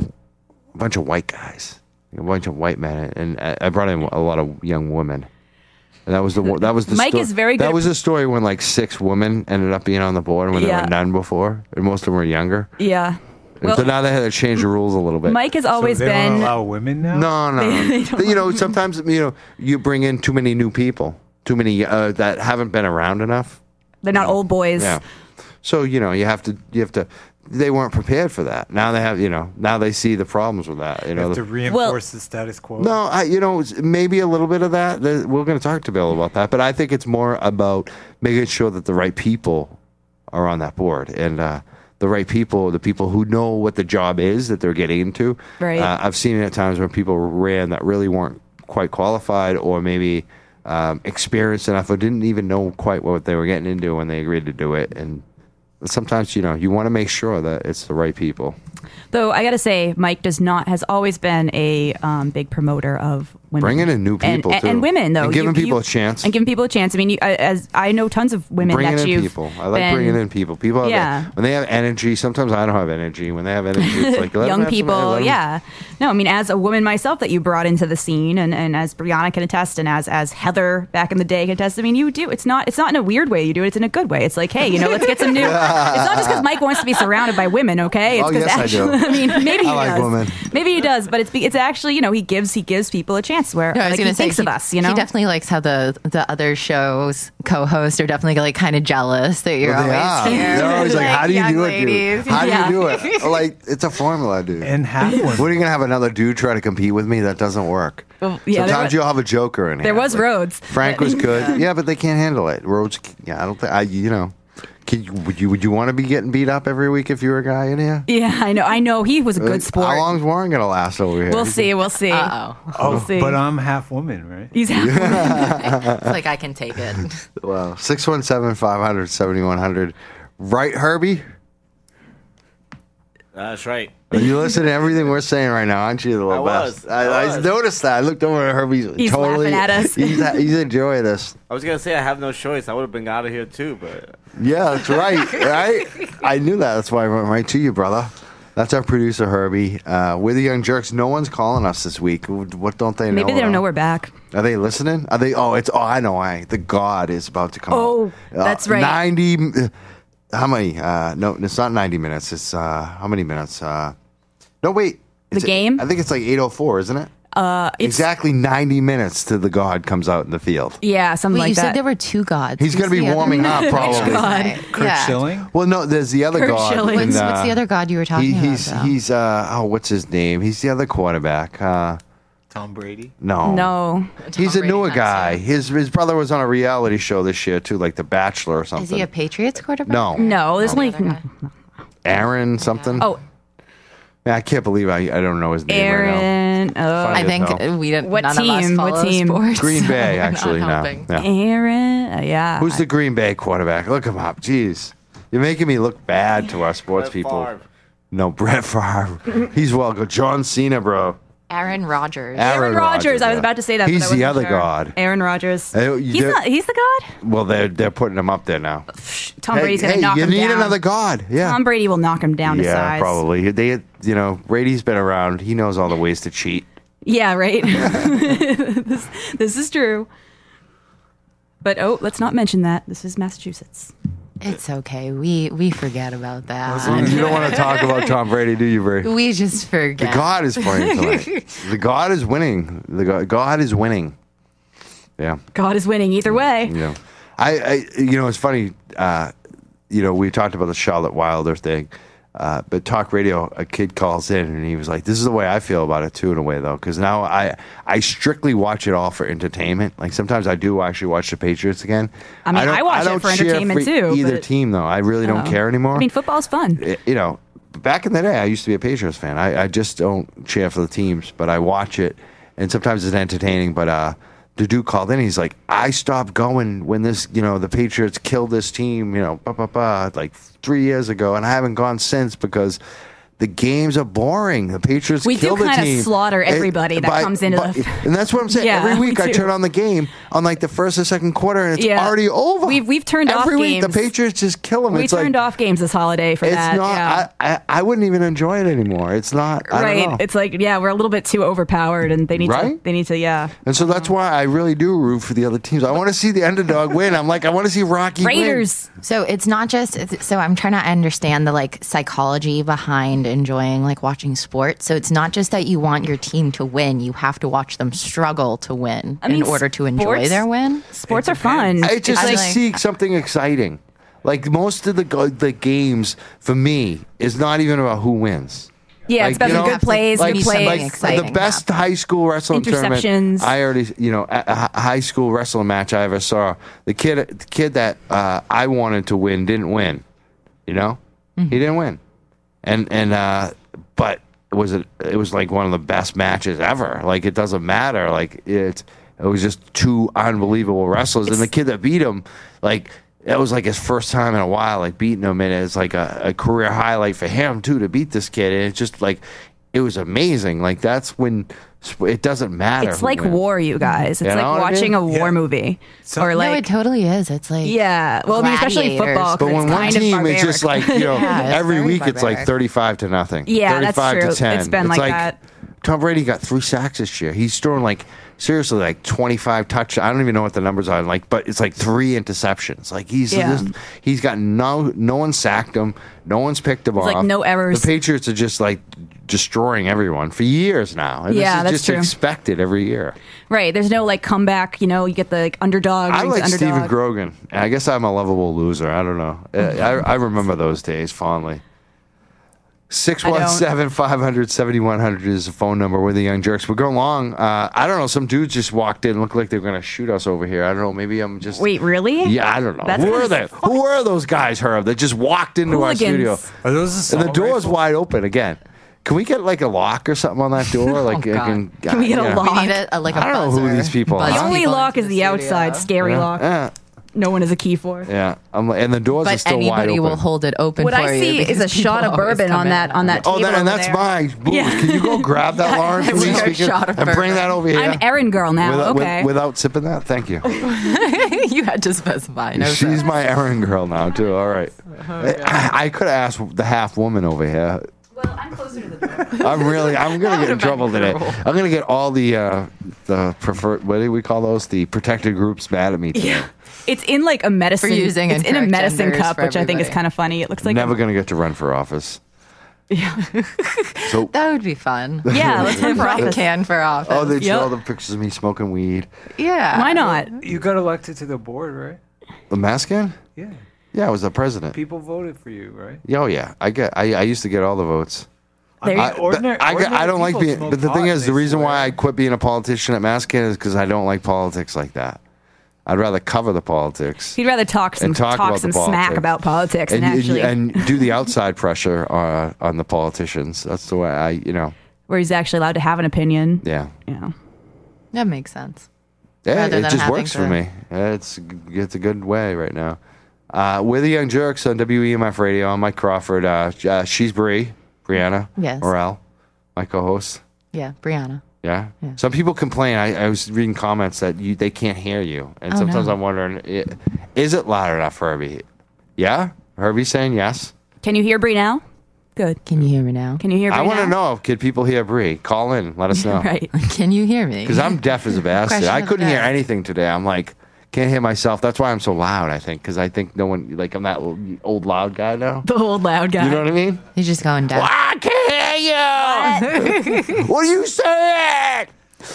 a bunch of white guys, a bunch of white men, and I, I brought in a lot of young women. And that was the one- that was the Mike sto- is very good That at- was the story when like six women ended up being on the board when there Yeah. were none before, and most of them were younger. Yeah. And so now they had to change the rules a little bit. Mike has always they don't been allow women now. no, no, no. you know sometimes you know you bring in too many new people, too many uh, that haven't been around enough. they're not old boys. Yeah. So you know you have to you have to. They weren't prepared for that. Now they have you know now they see the problems with that. You You know have the- to reinforce the status quo. No, I, you know, it's maybe a little bit of that. There- We're going to talk to Bill about that, but I think it's more about making sure that the right people are on that board and uh, the right people, the people who know what the job is that they're getting into. Right. Uh, I've seen it at times when people ran that really weren't quite qualified or maybe um, experienced enough or didn't even know quite what they were getting into when they agreed to do it. And sometimes, you know, you want to make sure that it's the right people. Though I got to say, Mike does not has always been a um, big promoter of women. Bringing in new And- people, and, too. and women though, And giving people a chance. and giving people a chance. I mean, you, I- as I know tons of women bringing that in you've people. I like been- bringing in people. People have Yeah. when they have energy. Sometimes I don't have energy. When they have energy, it's like let 'em young have some- people. let 'em- yeah. No, I mean, as a woman myself that you brought into the scene, and, and as Brianna can attest, and as as Heather back in the day can attest. I mean, you do. It's not it's not in a weird way you do it. It's in a good way. It's like, hey, you know, let's get some new. it's not just because Mike wants to be surrounded by women. Okay. It's Oh, 'cause yes, I do. actually, mean, maybe he I like does. women. Maybe he does, but it's be- it's actually you know he gives he gives people a chance where No, I was like, gonna he say, thinks he- of us. You know. he definitely likes how the the other shows co-hosts are definitely like kind of jealous that you're Well, they are. always here. They're always like, "How do you young do it, dude? ladies." How Yeah. do you do it?" Like it's a formula, dude. and half women. what are you gonna have another dude try to compete with me? That doesn't work. Well, yeah, there Sometimes wa- you'll have a joker in there here. was Like, Rhodes. Frank was good. Yeah, but they can't handle it. Rhodes. Yeah, I don't think I. You know, can you, would you would you want to be getting beat up every week if you were a guy in here? Yeah, I know. I know he was a good Like, sport. How long's Warren gonna last over here? We'll see. We'll see. Uh-oh. We'll see. Oh, But I'm half woman, right? He's It's like I can take it. Wow. 617 500 7100. Right, Herbie? That's right. You listen to everything we're saying right now, aren't you? The little I best. was, I, I I, was. noticed that. I looked over at Herbie. He's totally, laughing at us. He's, he's enjoying us. I was gonna say I have no choice. I would have been out of here too, but Yeah, that's right. right? I knew that. That's why I went right to you, brother. That's our producer, Herbie. Uh, we're the Young Jerks. No one's calling us this week. What don't they know? Maybe they don't about? know we're back. Are they listening? Are they? Oh, it's oh, I know. I the God is about to come. Oh, out. Uh, that's right. Ninety. uh, How many? Uh, no, it's not ninety minutes. It's uh, how many minutes? Uh, no, wait. It's- game? I think it's like eight oh four, isn't it? Uh, exactly ninety minutes to the God comes out in the field. Yeah, something Wait, like you that. said there were two gods. He's gonna Who's be the other warming one? up probably. Right. Kurt Yeah. Schilling. Well, no, there's the other Kurt God. Schilling. and, What's, what's uh, the other god you were talking He, he's about? though? he's uh oh what's his name? He's the other quarterback. Uh, Tom Brady. no no. He's Tom a newer Brady, not guy. so. His his brother was on a reality show this year too, like The Bachelor or something. Is he a Patriots quarterback? No. No, there's only. Aaron something. Oh, Man, I can't believe I, I don't know his name right now. Aaron. Oh, I Funny think as hell. we didn't. What none Of us team? What follow team? Sports, Green so Bay we're not actually now. helping. Yeah. Aaron. uh, yeah. Who's the Green Bay quarterback? Look him up. Jeez, you're making me look bad to our sports Brett people. Favre. No, Brett Favre. He's well good. John Cena, bro. Aaron Rodgers. Aaron Rodgers. I was yeah. about to say that. but I He's wasn't the other sure. god. Aaron Rodgers. Uh, you He's do- not. He's the god. Well, they're they're putting him up there now. Tom hey, Brady's gonna hey, knock you him need down. another god. Yeah. Tom Brady will knock him down to yeah, size. probably. They, you know, Brady's been around. He knows all the ways to cheat. Yeah, right. this, this is true. But oh, let's not mention that. This is Massachusetts. It's okay. We we forget about that. you don't want to talk about Tom Brady, do you, Bray? We just The forget. God is playing tonight. the God is winning. The God, God is winning. Yeah, God is winning either way. yeah. I, I you know, it's funny. Uh, you know, we talked about the Charlotte Wilder thing. Uh, but talk radio, a kid calls in and he was like, "This is the way I feel about it too, in a way though, because now I I strictly watch it all for entertainment. Like sometimes I do actually watch the Patriots again. I mean, don't- I watch it don't for cheer entertainment, too, Either but- team though, I really don't Oh. care anymore. I mean, football's fun. I- eh, you know, back in the day, I used to be a Patriots fan. I, I just don't cheer for the teams, but I watch it, and sometimes it's entertaining. But uh, the dude called in. He's like, I stopped going when this, you know, the Patriots killed this team, you know, bah, bah, bah, like three years ago, and I haven't gone since because. The games are boring. The Patriots We do kill the kinda team. slaughter And- everybody that comes into the- and that's what I'm saying. Yeah, Every we week I do. turn on the game on like the first or second quarter, and it's Yeah. already over. We've- we've turned off every week. The games. Patriots just kill them. We it's turned like, off games this holiday for it's that. not. yeah. I, I I wouldn't even enjoy it anymore. It's not. I don't right. know. It's like yeah, we're a little bit too overpowered, and they need to. Right? They need to. Yeah. and so that's why I really do root for the other teams. I want to see the underdog win. I'm like, I want to see Rocky win. Raiders. So it's not just it's- so I'm trying to understand the like psychology behind enjoying like watching sports. So it's not just that you want your team to win; you have to watch them struggle to win mean, in order to sports- enjoy their win. Sports are fun. I just I like- seek something exciting. Like most of the go- the games for me is not even about who wins. yeah, like, it's about you some know, good plays, like- good like- plays. Something exciting the best high school wrestling Interceptions. tournament. I already, you know, a, a high school wrestling match I ever saw. The kid, the kid that uh, I wanted to win didn't win. You know, Mm-hmm. he didn't win, and and uh, but it was it it was like one of the best matches ever. Like it doesn't matter. Like it it was just two unbelievable wrestlers, and the kid that beat him, like. That was like his first time in a while, like beating him, and it's like a, a career highlight for him too to beat this kid. And it's just like it was amazing. Like that's when sp- it doesn't matter. It's who like wins. war, you guys. It's You like know what I watching a mean? war Yeah. movie So- or like no, it totally is. It's like yeah. Well, I mean, especially gladiators. football. 'cause But when it's one kind of team is just barbaric. like you know Yeah, it's every very week it's like barbaric. thirty five to nothing. Yeah, that's 35 true. To 10. It's been like that. Tom Brady got three sacks this year. He's throwing like seriously like twenty five touch. I don't even know what the numbers are like, but it's like three interceptions. Like he's Yeah. just- he's got no no one sacked him. No one's picked him off. like no errors. The Patriots are just like destroying everyone for years now. And this Yeah, is that's just true. expected every year. right. There's no like comeback. You know, you get the like, underdog. I brings like underdog. Stephen Grogan. I guess I'm a lovable loser. I don't know. Uh, I, I remember those days fondly. 617 500 7100 is the phone number. We're the Young Jerks. We're going long. Uh, I don't know. Some dudes just walked in and looked like they were going to shoot us over here. I don't know. Maybe I'm just. Wait, really? Yeah, I don't know. That's Who are kinda they? Who are those guys, Herb, that just walked into our Hooligans. studio? Are those the assault And the door's rifles? wide open again. Can we get like a lock or something on that door? Like, I can, Oh, Can we get a yeah. lock? We need a, a, like a I don't know who buzzer. these people Buzz are. The only people lock into is the, outside studio. scary lock. Yeah. No one has a key for. Yeah, I'm, like- and the doors are But still wide anybody open. will hold it open. What for I you see is because a shot people of always bourbon come on in that and on that Oh, table. that, and over that's there. my booze. Yeah. Can you go grab that, Lauren? I please, want a speaking- shot of and bring bourbon. that over here. I'm Erin girl now. Without, with- okay. without sipping that, thank you. you had to specify. No, She's sir. my Erin girl now too. All right, Oh, I, I could have asked the half woman over here. well, I'm closer to the door. I'm really, I'm gonna get in would've been trouble today. cruel. I'm gonna get all the uh, the preferred. What do we call those? The protected groups mad at me. Today. Yeah. It's in like a medicine. For using it's in a incorrect medicine genders cup, for which I think is everybody. kind of funny. It looks like Never gonna get to run for office. Yeah. so That would be fun. Yeah, let's run for I office. can for office. oh, they Yep. show all the pictures of me smoking weed. yeah. Why not? You got elected to the board, right? The Maskin? Yeah. Yeah, I was the president. People voted for you, right? Yeah, Oh yeah, I get. I, I used to get all the votes. There you I, go. ordinary- but I, got- I ordinary don't like people being. smoke But the pot thing and is, they the reason why swear. I quit being a politician at Maskin is because I don't like politics like that. I'd rather cover the politics He'd rather talk some And talk talk about some the smack politics. about politics and, and, and- actually and do the outside pressure uh, on the politicians. That's the way I, you know, where he's actually allowed to have an opinion. yeah. Yeah. That makes sense. Yeah, Rather it than just having works for to- me. It's it's a good way right now. Uh, we're the Young Jerks on WEMF Radio. I'm Mike Crawford. Uh, uh, she's Bree, Brianna, Yes. Morel, my co-host. Yeah, Brianna. Yeah. Some people complain. I, I was reading comments that you, they can't hear you, and Oh, sometimes no. I'm wondering, i- is it loud enough, Herbie? Yeah, Herbie's saying yes. Can you hear Brie now? Good. Can you hear me now? Can you hear Brie I want now? to know. Could people hear Bree? Call in. Let us know. Right. Can you hear me? Because I'm deaf as a bastard. Question I of couldn't hear death. anything today. I'm like, can't hear myself. That's why I'm so loud. I think because I think no one like I'm that l- old loud guy now. The old loud guy. You know what I mean? You're just going deaf. I can't hear you. what are you saying?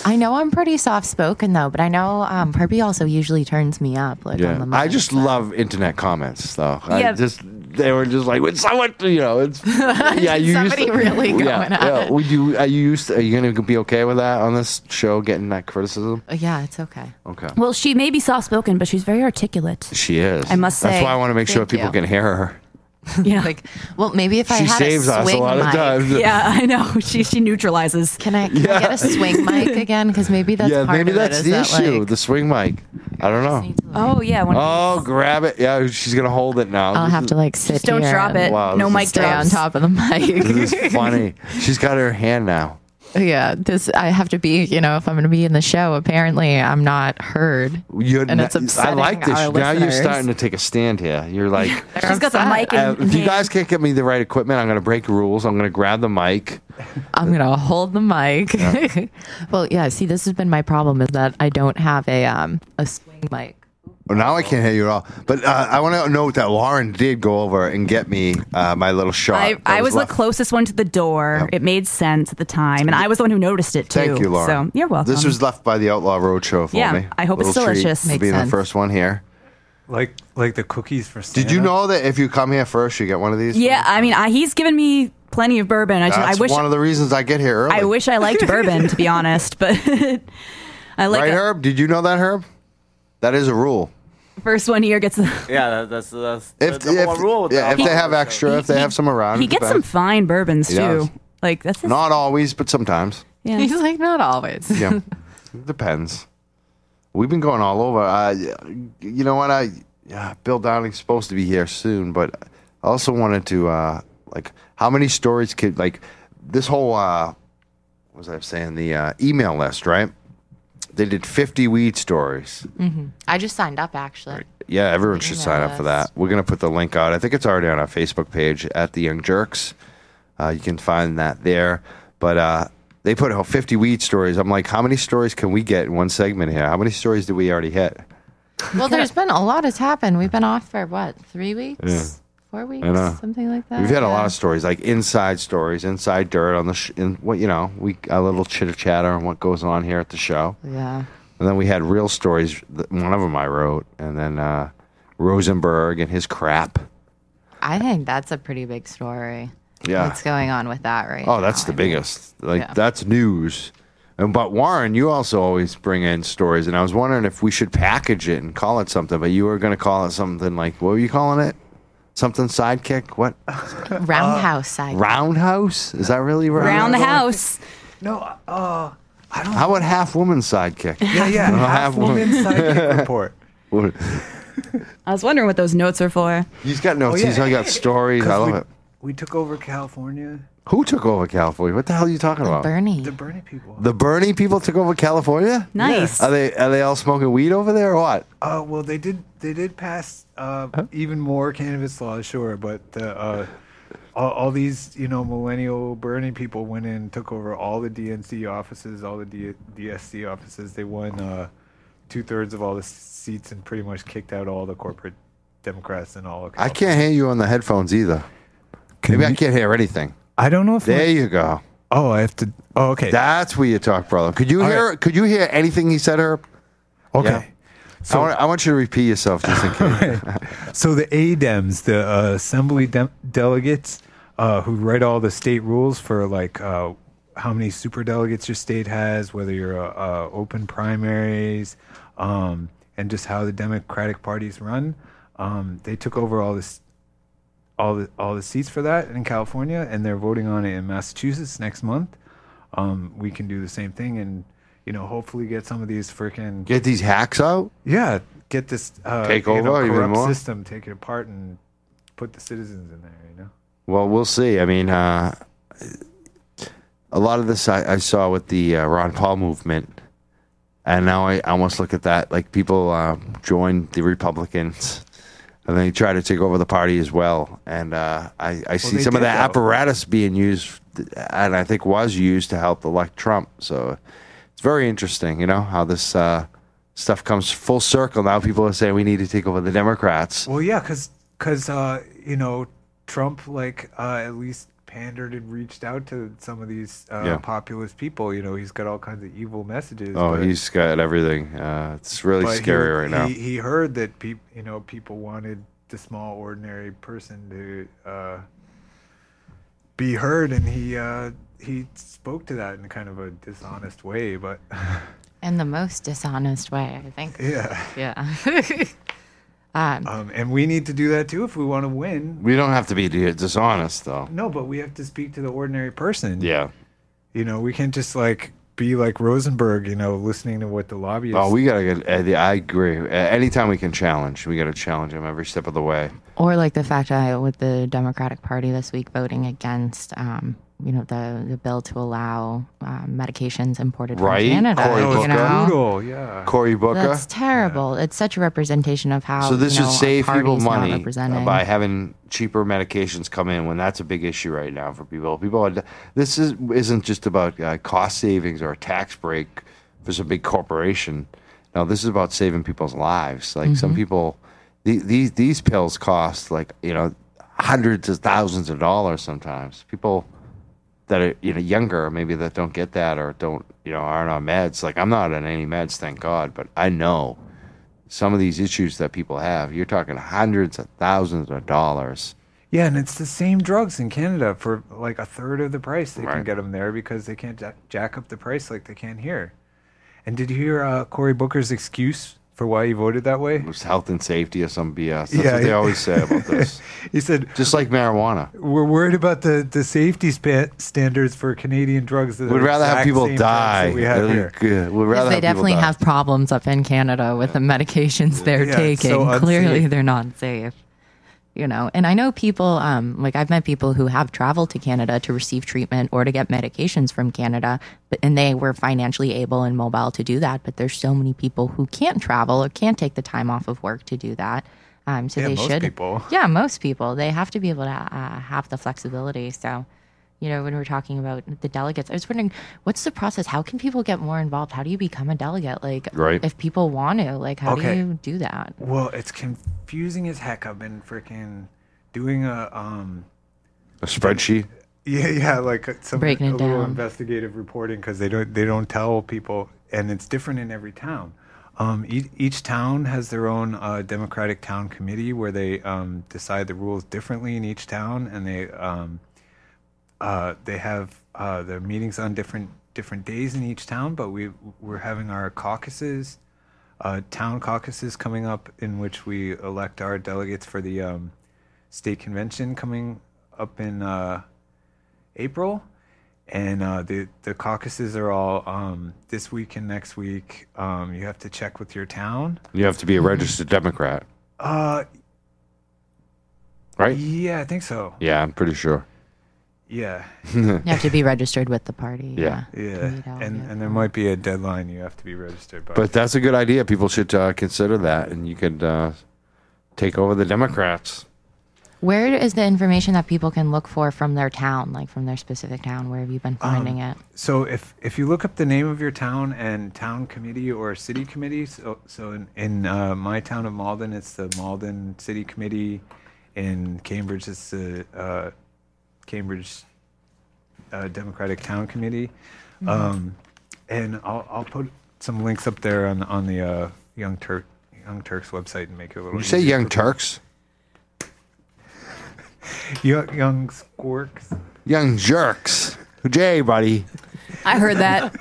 I know I'm pretty soft spoken though, but I know um, Herbie also usually turns me up. Like on the Yeah, mic. I just love internet comments though. I Yeah. just they were just like, "Would someone?" You know, it's yeah. You Somebody used to, really going yeah, at yeah. it. Would you? Are you used? To, are you going to be okay with that on this show? Getting that criticism? Uh, Yeah, it's okay. Okay. Well, she may be soft spoken, but she's very articulate. she is. I must That's say, why I want to make sure thank people you. can hear her. Yeah. Like, well, maybe if I She had saves a swing us a lot mic. of times. yeah, I know. She she neutralizes. Can I, can I get a swing mic again? Because maybe that's yeah, part maybe of it, that's is the that, issue. like- the swing mic. I don't know. Oh yeah. One Oh, grab it! Yeah, she's gonna hold it now. I'll This have is- to like sit Just don't here drop and it. Wow, no this mic is- Stay drops. on top of the mic. This is funny. she's got her hand now. yeah, this I have to be. You know, if I'm going to be in the show, apparently I'm not heard. You're And it's I like upsetting this. Now our you're listeners. starting to take a stand here. You're like, She's got the mic. In, Uh, in if you hand. guys can't get me the right equipment, I'm going to break rules. I'm going to grab the mic. I'm going to hold the mic. well, yeah. See, this has been my problem is that I don't have a um a swing mic. Well, now I can't hear you at all. But uh, I want to note that Lauren did go over and get me uh, my little shot. I, that I was the left. closest one to the door. Yeah. It made sense at the time, and I was the one who noticed it too. Thank you, Lauren. So you're welcome. This was left by the Outlaw Roadshow for Yeah, me. I hope it's Little treat delicious. for Makes being sense. the first one here. Like like the cookies for Santa. Did you know that if you come here first, you get one of these? yeah. I mean, I, he's given me plenty of bourbon. I just That's I wish one of the reasons I get here early. I wish I liked bourbon to be honest, but I like right, a- Herb? Did you know that, Herb? That is a rule. first one here gets. the- Yeah, that, that's that's If, the number if- one rule. with yeah, if the they have show. extra, if they have some around, He it's gets bad. some fine bourbons He too. does. Like that's his, Not always, but sometimes. yeah. He's like not always. yeah It depends we've been going all over uh, you know what i yeah, bill downing's supposed to be here soon but i also wanted to uh, like how many stories could like this whole uh, what was i saying the uh, email list right they did 50 weed stories I just signed up actually. yeah, everyone should Email sign up for that. list. We're gonna put the link out. I think it's already on our Facebook page at the Young Jerks. Uh, you can find that there. But uh, they put out 50 weed stories. I'm like, how many stories can we get in one segment here? How many stories did we already hit? Well, there's been a lot has happened. We've been off for what three weeks, Yeah. four weeks, know. something like that. We've had a lot Yeah. of stories, like inside stories, inside dirt on the sh- in what you know, we a little chitter chatter on what goes on here at the show. Yeah. And then we had real stories. th- One of them I wrote, and then uh, Rosenberg and his crap. I think that's a pretty big story. Yeah. What's going on with that right Oh, that's now. the I mean, biggest. Like Yeah. that's news. And but Warren, you also always bring in stories, and I was wondering if we should package it and call it something. But you were going to call it something like what were you calling it? Something sidekick? What Roundhouse side. Uh, roundhouse? Is that really round? round the house. No. Uh, I don't. How about half woman sidekick? yeah, yeah. Half Uh-huh. have one. woman psychic report. What- I was wondering what those notes are for. He's got notes. yeah. He's already got stories. I 'Cause love we, it. we took over California. Who took over California? What the hell are you talking about? Bernie. The Bernie people. The Bernie people took over California. Nice. Are they are they all smoking weed over there or what? Uh, well, they did. They did pass uh, even more cannabis laws, sure, but the, uh, all, all these, you know, millennial Bernie people went in, took over all the DNC offices, all the D- DSC offices. They won uh, two thirds of all the seats and pretty much kicked out all the corporate Democrats and all. Of I can't hear you on the headphones either. Maybe Mm-hmm. I can't hear anything. I don't know if. There you go. oh, I have to. Oh, okay. That's where you talk, brother. Could you All hear? right. Could you hear anything he said, Herb? okay. yeah. I, want, I want you to repeat yourself just in case. So the ADEMs, the uh, Assembly de- delegates, uh, who write all the state rules for like uh, how many superdelegates your state has, whether you're uh, uh, open primaries, um, and just how the Democratic parties run. Um, they took over all this, all the all the seats for that in California, and they're voting on it in Massachusetts next month. Um, we can do the same thing, and you know, hopefully get some of these freaking Get these hacks out. yeah, get this uh, Take you know, over even corrupt more? system, take it apart, and put the citizens in there. You know, Well, we'll see. I mean, uh, a lot of this I, I saw with the uh, Ron Paul movement, and now I almost look at that like people uh, join the Republicans. And they try to take over the party as well, and uh, I, I see they some of did, that though. apparatus being used, and I think was used to help elect Trump. So it's very interesting, you know, how this uh, stuff comes full circle. Now people are saying we need to take over the Democrats. well, yeah, because uh, you know Trump like uh, at least pandered and reached out to some of these uh, Yeah. populist people. You know, he's got all kinds of evil messages. Oh, but- he's got everything. Uh, it's really but he- scary right now. He, he heard that peop, you know people wanted the small ordinary person to uh, be heard, and he uh, he spoke to that in kind of a dishonest way, but in the most dishonest way, I think. yeah. Yeah. Um, and we need to do that too if we want to win. We don't have to be di- dishonest though. No, but we have to speak to the ordinary person. Yeah. You know, we can't just like be like Rosenberg, you know, listening to what the lobbyists. Oh, we gotta get. uh, the- I agree. Uh, Anytime we can challenge, we gotta challenge him every step of the way. Or like the fact that with the Democratic Party this week voting against, um, you know, the, the bill to allow um, medications imported Right. from Canada. Cory That was you know? brutal. Yeah. Cory Booker. That's terrible. It's such a representation of how So this you know, should our save people party's not money uh, representing. by having cheaper medications come in when that's a big issue right now for people. People, are, this is isn't just about uh, cost savings or a tax break for some big corporation. No, this is about saving people's lives. Like Mm-hmm. some people, the, these these pills cost like you know hundreds of thousands of dollars sometimes. People that are you know younger maybe that don't get that or don't you know aren't on meds. Like I'm not on any meds, thank God, but I know some of these issues that people have. You're talking hundreds of thousands of dollars. Yeah, and it's the same drugs in Canada for like a third of the price. They Right. can get them there because they can't jack, jack up the price like they can here. And did you hear uh, Cory Booker's excuse for why he voted that way? It was health and safety or some BS. That's Yeah, what they yeah. always say about this. He said, Just like marijuana. "We're worried about the, the safety spa- standards for Canadian drugs. That are We'd the rather have exact people same drugs that die. We have They're here. good. We'd rather Because they have people definitely die. have problems up in Canada with the medications they're Yeah, it's taking. so unsafe. Clearly, they're not safe. You know, and I know people, um, like I've met people who have traveled to Canada to receive treatment or to get medications from Canada, but, and they were financially able and mobile to do that. But there's so many people who can't travel or can't take the time off of work to do that. Um, so Yeah, they most should. people. Yeah, most people. They have to be able to uh, have the flexibility. So, you know, when we're talking about the delegates, I was wondering what's the process? How can people get more involved? How do you become a delegate? Like, Right. if people want to, like, how Okay. do you do that? Well, it's confusing as heck. I've been freaking doing a um, a spreadsheet. Yeah, yeah, like uh, some Breaking a it little down. investigative reporting because they don't they don't tell people, and it's different in every town. Um, each, each town has their own uh, democratic town committee where they um, decide the rules differently in each town, and they um, uh, they have uh, their meetings on different different days in each town. But we we're having our caucuses, uh, town caucuses coming up, in which we elect our delegates for the um, state convention coming up in. Uh, April, and uh, the the caucuses are all um, this week and next week. Um, you have to check with your town. You have to be a registered Democrat, Uh, right? yeah, I think so. Yeah, I'm pretty sure. Yeah, You have to be registered with the party. Yeah. yeah, Read all and the- and there might be a deadline you have to be registered by. But that's a good idea. People should uh, consider that, and you could uh, take over the Democrats. Where is the information that people can look for from their town, like from their specific town? Where have you Um, been finding it? so if if you look up the name of your town and town committee or city committee, so so in in uh, my town of Malden, it's the Malden City Committee. In Cambridge, it's the uh, Cambridge uh, Democratic Town Committee, Mm-hmm. um, and I'll, I'll put some links up there on on the uh, Young Turk Young Turks website and make it a little. You say easier Young for- Turks, Young, young Squirks. Young Jerks. Jay, buddy. I heard that.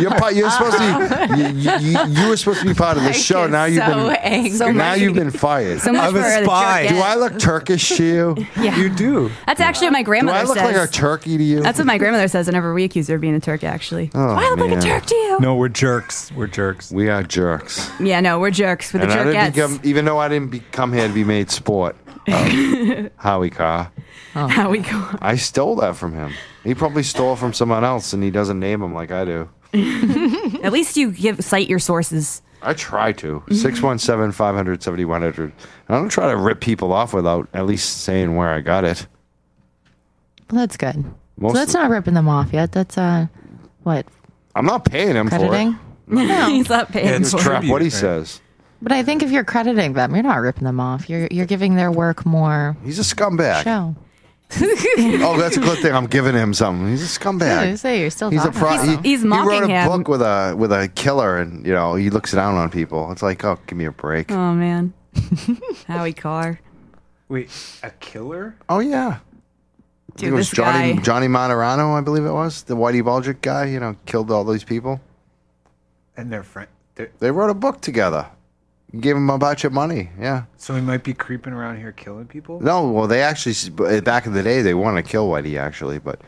You're, pa- you're supposed to. Be, you, you, you were supposed to be part of this show. get Now you've so been. angry. So now you've been fired. So much I'm a for the spy. jerk Do it. I look Turkish to you? Yeah. You do. That's actually what my Do grandmother I look says. like a turkey to you? That's what my grandmother says whenever we accuse her of being a Turk, actually. Oh, Do I look like man. a Turk to you? No, we're jerks. We're jerks. we are jerks. Yeah, no, we're jerks with And the I didn't jerkettes. become, even though I didn't be, come here to be made sport of Howie Carr, How we go. I stole that from him. He probably stole from someone else, and he doesn't name him like I do. At least you give cite your sources. I try to. Mm-hmm. 617 500 7100. I don't try to rip people off without at least saying where I got it. Well, that's good. So Most that's of- not ripping them off yet. That's uh, what I'm not paying him crediting. for He's not paying. Yeah, it. it's Just trap what he Tribute, right? says. But I think if you're crediting them, you're not ripping them off. You're you're giving their work more He's a scumbag. show. Oh, that's a good thing. I'm giving him something. He's a Yeah. scumbag. So you're still He's a talking pro. about He, them. He's he wrote mocking a him. book with a with a killer, and you know he looks down on people. It's like, oh, give me a break. Oh man. Howie Carr. Wait, a killer? Oh yeah. I think Dude, it was this Johnny guy. Johnny Monterano, I believe it was the Whitey Bulger guy. You know, killed all these people. And their friend. they're- They wrote a book together. Gave him a bunch of money. Yeah. So he might be creeping around here killing people? No, well, they actually s- b- eh, back in the day they wanted to kill Whitey actually, but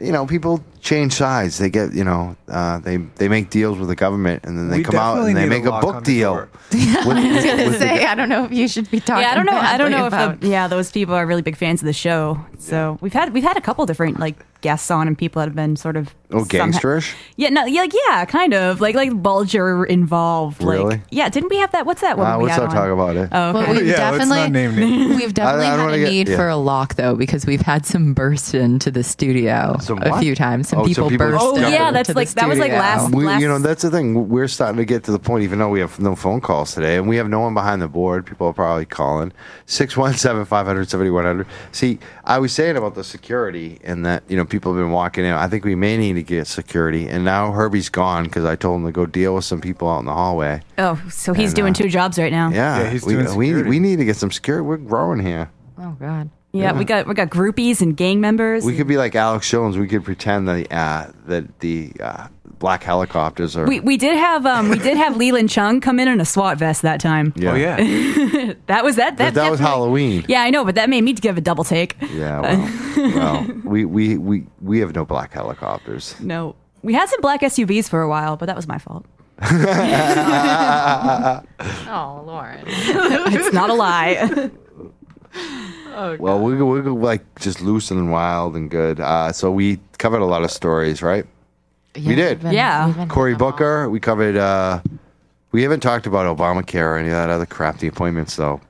you know people change sides. They get you know uh, they they make deals with the government and then they We come out definitely and they need a make a lock book on the deal. door. with- I was with- gonna with the say, go- I don't know if you should be talking. Yeah, I don't know. I don't badly know if about- the, yeah those people are really big fans of the show. So we've had we've had a couple different like guests on and people that have been sort of oh, somehow- gangsterish. Yeah, no, yeah, like yeah, kind of like like Bulger involved. Like, Really? Yeah, didn't we have that? What's that? One Uh, we let's had not on? talk about it. Oh, Well, okay. we've Yeah, let's definitely not name names. we've definitely I don't had wanna a get- need yeah. for a lock though because we've had some burst into the studio Some a what? few times. Some Oh, so people, people burst. Oh, into yeah, that's the like- that was like studio. last- We, you know, that's the thing. We're starting to get to the point, even though we have no phone calls today and we have no one behind the board, people are probably calling 617 500 7100. See, I was saying about the security and that, you know, people have been walking in. I think we may need to get security. And now Herbie's gone because I told him to go deal with some people out in the hallway. Oh, so he's And, doing uh, two jobs right now. Yeah. Yeah, he's we, doing we, security. we need to get some security. We're growing here. Oh god. Yeah, we got we got groupies and gang members. We could be like Alex Jones. We could pretend that, uh, that the uh, black helicopters are. we, we did have um we did have Leland Chung come in in a SWAT vest that time. yeah. Oh, yeah. That was that But that, that was definitely- Halloween. Yeah, I know, but that made me give a double take. Yeah, well, well we, we, we, we have no black helicopters. No. We had some black SUVs for a while, but that was my fault. Oh Lauren. It's not a lie. Well, we, we're like just loose and wild and good. Uh, so we covered a lot of stories, right? We did. Yeah. Cory Booker, we covered, uh, we haven't talked about Obamacare or any of that other crap, the appointments, though.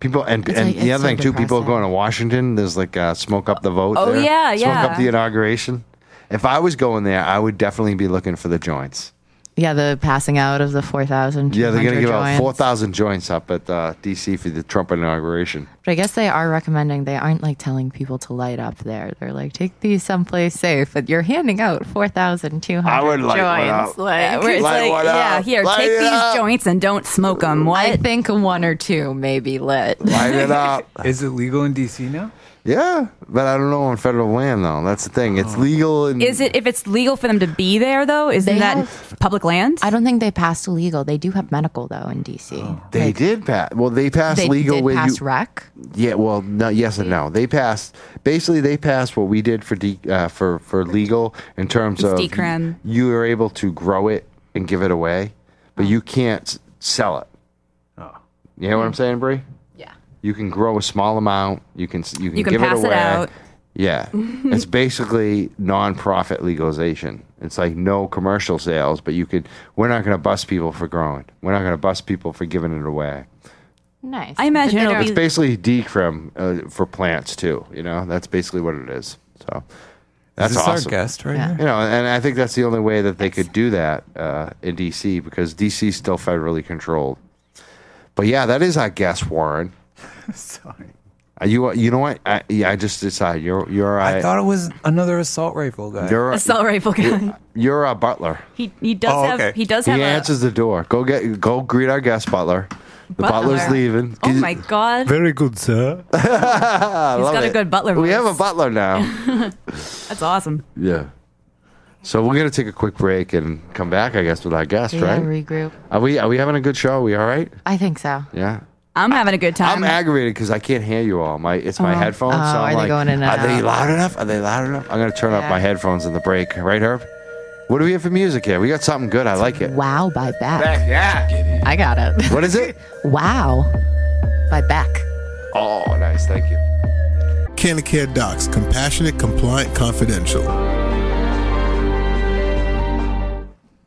People and, It's and like- the it's other so thing too, people depressing. going to Washington. There's like uh, smoke up the vote. Oh, there. yeah, smoke yeah. up the inauguration. If I was going there, I would definitely be looking for the joints. Yeah, the passing out of the four thousand. Yeah, they're gonna give out four thousand joints up at uh, DC for the Trump inauguration. But I guess they are recommending. They aren't like telling people to light up there. They're like, take these someplace safe. But you're handing out four thousand two hundred. I would light one up. Yeah, where it's Light like, one yeah, up. here, Light take it these up. joints and don't smoke them. I What? think one or two may be lit. Light it up. Is it legal in D.C. now? Yeah, but I don't know on federal land though. That's the thing. It's legal and Is it if it's legal for them to be there though? Isn't They that have- public land? I don't think they passed illegal. They do have medical though in DC. They did pass. Well, Oh. they passed They legal did with pass you. rec. yeah. Well, no. Yes and no. They passed. Basically, they passed what we did for D, uh, for for legal in terms of decrim. You are able to grow it and give it away, but Oh. you can't s- sell it. Oh. You hear what I'm saying, Bree? Yeah. You can grow a small amount. You can s- you can, You can give pass it it away. out. Yeah, it's basically nonprofit legalization. It's like no commercial sales, but you could. We're not going to bust people for growing. We're not going to bust people for giving it away. Nice. I imagine But they it'll don't- be- Basically, decrim uh, for plants too. You know, that's basically what it is. So that's is this awesome. our guest right Yeah. here? You know, and I think that's the only way that they could do that uh, in DC because DC is still federally controlled. But yeah, that is our guess, Warren. Sorry. Are you you know what? I, yeah, I just decided you're you're I a, thought it was another assault rifle guy. you're a, assault rifle guy. you're a butler. He he does Oh, have okay. he does He have a- answers the door. Go get go greet our guest butler. The Butler. butler's leaving. Oh my god. Very good, sir. I He's love got a it. good butler We have a voice. butler now. That's awesome. yeah. So we're gonna take a quick break and come back, I guess, with our guest, Yeah, right? regroup. Are we are we having a good show? Are we all right? I think so. Yeah. I'm having a good I'm time. aggravated because I can't hear you all. My it's my headphones. so Oh, I'm are they like, going in and are they out? loud enough? Are they loud enough? I'm gonna turn up Yeah. my headphones in the break, right, Herb? What do we have for music here? We got something good. I like it. Wow by Beck. Yeah. I got it. What is it? Wow by Beck. Oh, nice. Thank you. Candy Care Docs, compassionate, compliant, confidential.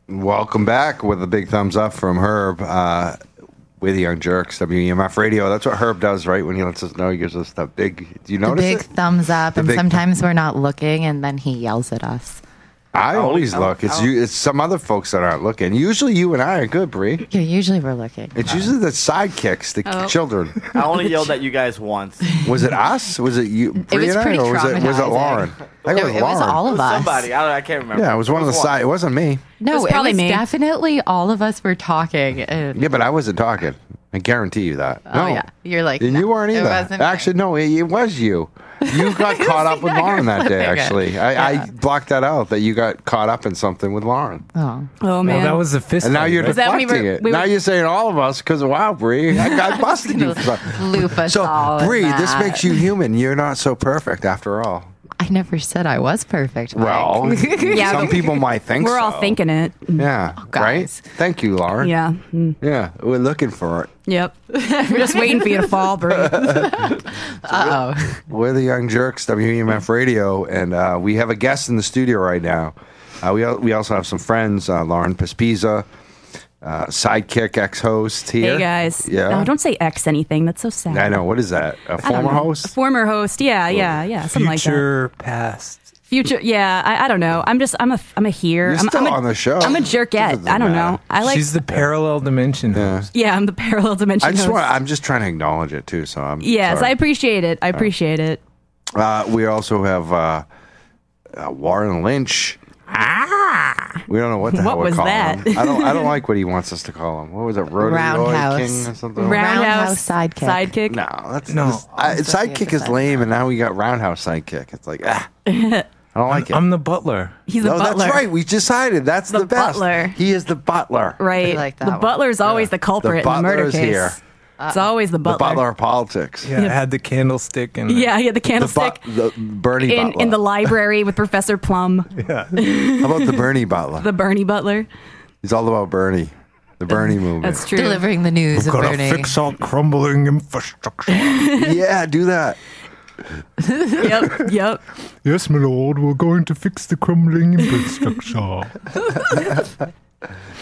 Welcome back with a big thumbs up from Herb. Uh, with the Young Jerks, WEMF Radio. That's what Herb does, right? When he lets us know, he gives us that big. Do you The notice big it? thumbs up, The and big- sometimes we're not looking, and then he yells at us. I always look. It's you. It's some other folks that aren't looking. Usually, you and I are good, Bree. Yeah, usually we're looking. Uh-huh. It's usually the sidekicks, the Oh. children. I only yelled at you guys once. It Was it us? Was it you? Bree was and I, pretty or was it, was it traumatizing. Lauren? I think It, it was all was of us. somebody. I, don't, I can't remember. Yeah, it was one of the one. side. It wasn't me. No, It was it was, probably me. definitely all of us were talking. And Yeah, but I wasn't talking. I guarantee you that. Oh, no. yeah. You're like, And "No, you weren't it either. wasn't me." actually, no, it, it was you. You got caught up with that Lauren you're that day. flipping Actually, it. I, I blocked that out that you got caught up in something with Lauren, Oh, Oh man, Well, that was the fist. and now fight, you're right? that when we deflecting were- it. we now were- you're saying all of us because wow, Bree, I got busted you. for something. loop us Oh, So, all. in Bree, this that. makes you human. You're not so perfect after all. I never said I was perfect. Mike. Well, Yeah, some but people might think we're all so. thinking it. Yeah, right? guys. Thank you, Lauren. Yeah. Mm. Yeah, we're looking for it. Yep. We're just waiting for you to fall, Bree. Uh-oh. We're the Young Jerks, WEMF Radio, and uh, we have a guest in the studio right now. Uh, we, al- we also have some friends, uh, Lauren Pespiza, uh, sidekick ex host here. Hey guys. Yeah. No, don't say X anything. That's so sad. I know. What is that? A I don't former know. A host? former host. Yeah, yeah, yeah. Something like Future past. that. Future. Yeah. I, I don't know. I'm just. I'm a. I'm a here. You're I'm, still I'm a, on the show. I'm a jerkette. Doesn't I don't know. matter. I like. She's the parallel dimension host. yeah. I'm the parallel dimension. I just host. want. I'm just trying to acknowledge it too. So I'm. Yes, I sorry. appreciate it. I appreciate it. Uh, we also have uh, uh, Warren Lynch. Ah. We don't know what the hell What we're was calling that? him. I don't. I don't like what he wants us to call him. What was it? Rodeo Roundhouse. King or something. Roundhouse sidekick. Sidekick. No, that's No. no. I, sidekick is sidekick. lame, and now we got roundhouse sidekick. It's like ah, I don't like it. I'm the butler. He's the no, butler. that's right. We decided that's the, best. butler. He is the butler. Right. I like that the one. butler is always the culprit The in the murder butler is case. here. It's always the The butler. butler of politics. Yeah, I had the candlestick and Yeah, yeah, the The, candlestick bu- the Bernie in, butler. in the library with Professor Plum, How about the Bernie butler? the Bernie butler. He's all about Bernie. The Bernie movement. That's true. delivering the news of Gotta Bernie. fix our crumbling infrastructure. yeah, do that. Yep, yep. yes, my lord, we're going to fix the crumbling infrastructure.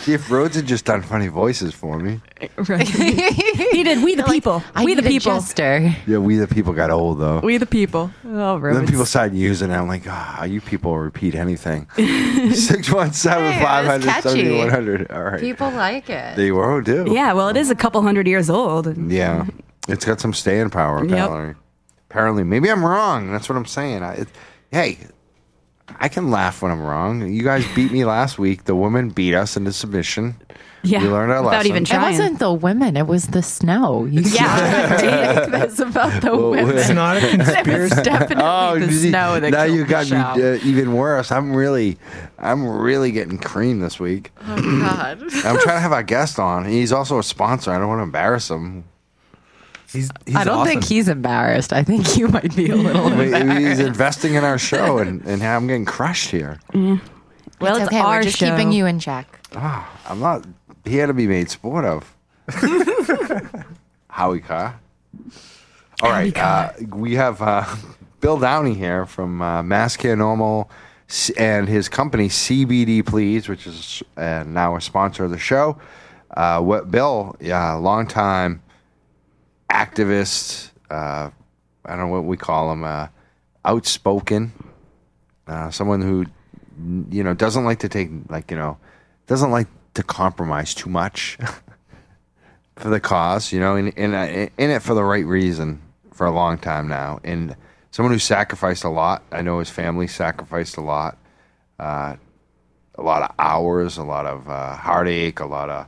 See if Rhodes had just done funny voices for me. Right. he did. We the people. I we the need a people. jester. Yeah, we the people got old though. We the people. Oh, then Rhodes. people started using it. I'm like, ah, you people repeat anything. 617 500 7100. All right. People like it. They were, do. yeah, well, it is a couple hundred years old. Yeah. It's got some staying power, Yep. apparently. Apparently. Maybe I'm wrong. That's what I'm saying. I, it, hey, I can laugh when I'm wrong. You guys beat me last week. The woman beat us into submission. Yeah, We learned our without lesson. even It trying. wasn't the women. It was the snow. You Yeah. can't that's about the Well, women. it's not a It was conspiracy. definitely the Oh, you see, snow that now killed you got me Michelle. uh, even worse. I'm really, I'm really getting creamed this week. God. I'm trying to have our guest on. He's also a sponsor. I don't want to embarrass him. He's, he's I don't think awesome. he's embarrassed. I think you might be a little. Wait, He's investing in our show, and, and I'm getting crushed here. well, it's, okay. our we're just show. keeping you in check. I'm not here to be made sport of. Howie Carr. All right, uh, we have uh, Bill Downey here from uh, Mass Care Normal s- and his company CBD Please, which is uh, now a sponsor of the show. Uh, what Bill, yeah, longtime activist. Uh, I don't know what we call him. Uh, outspoken. Uh, someone who, you know, doesn't like to take like you know, doesn't like to compromise too much for the cause, you know, in in, uh, in it for the right reason for a long time now, and someone who sacrificed a lot. I know his family sacrificed a lot, uh, a lot of hours, a lot of uh, heartache, a lot of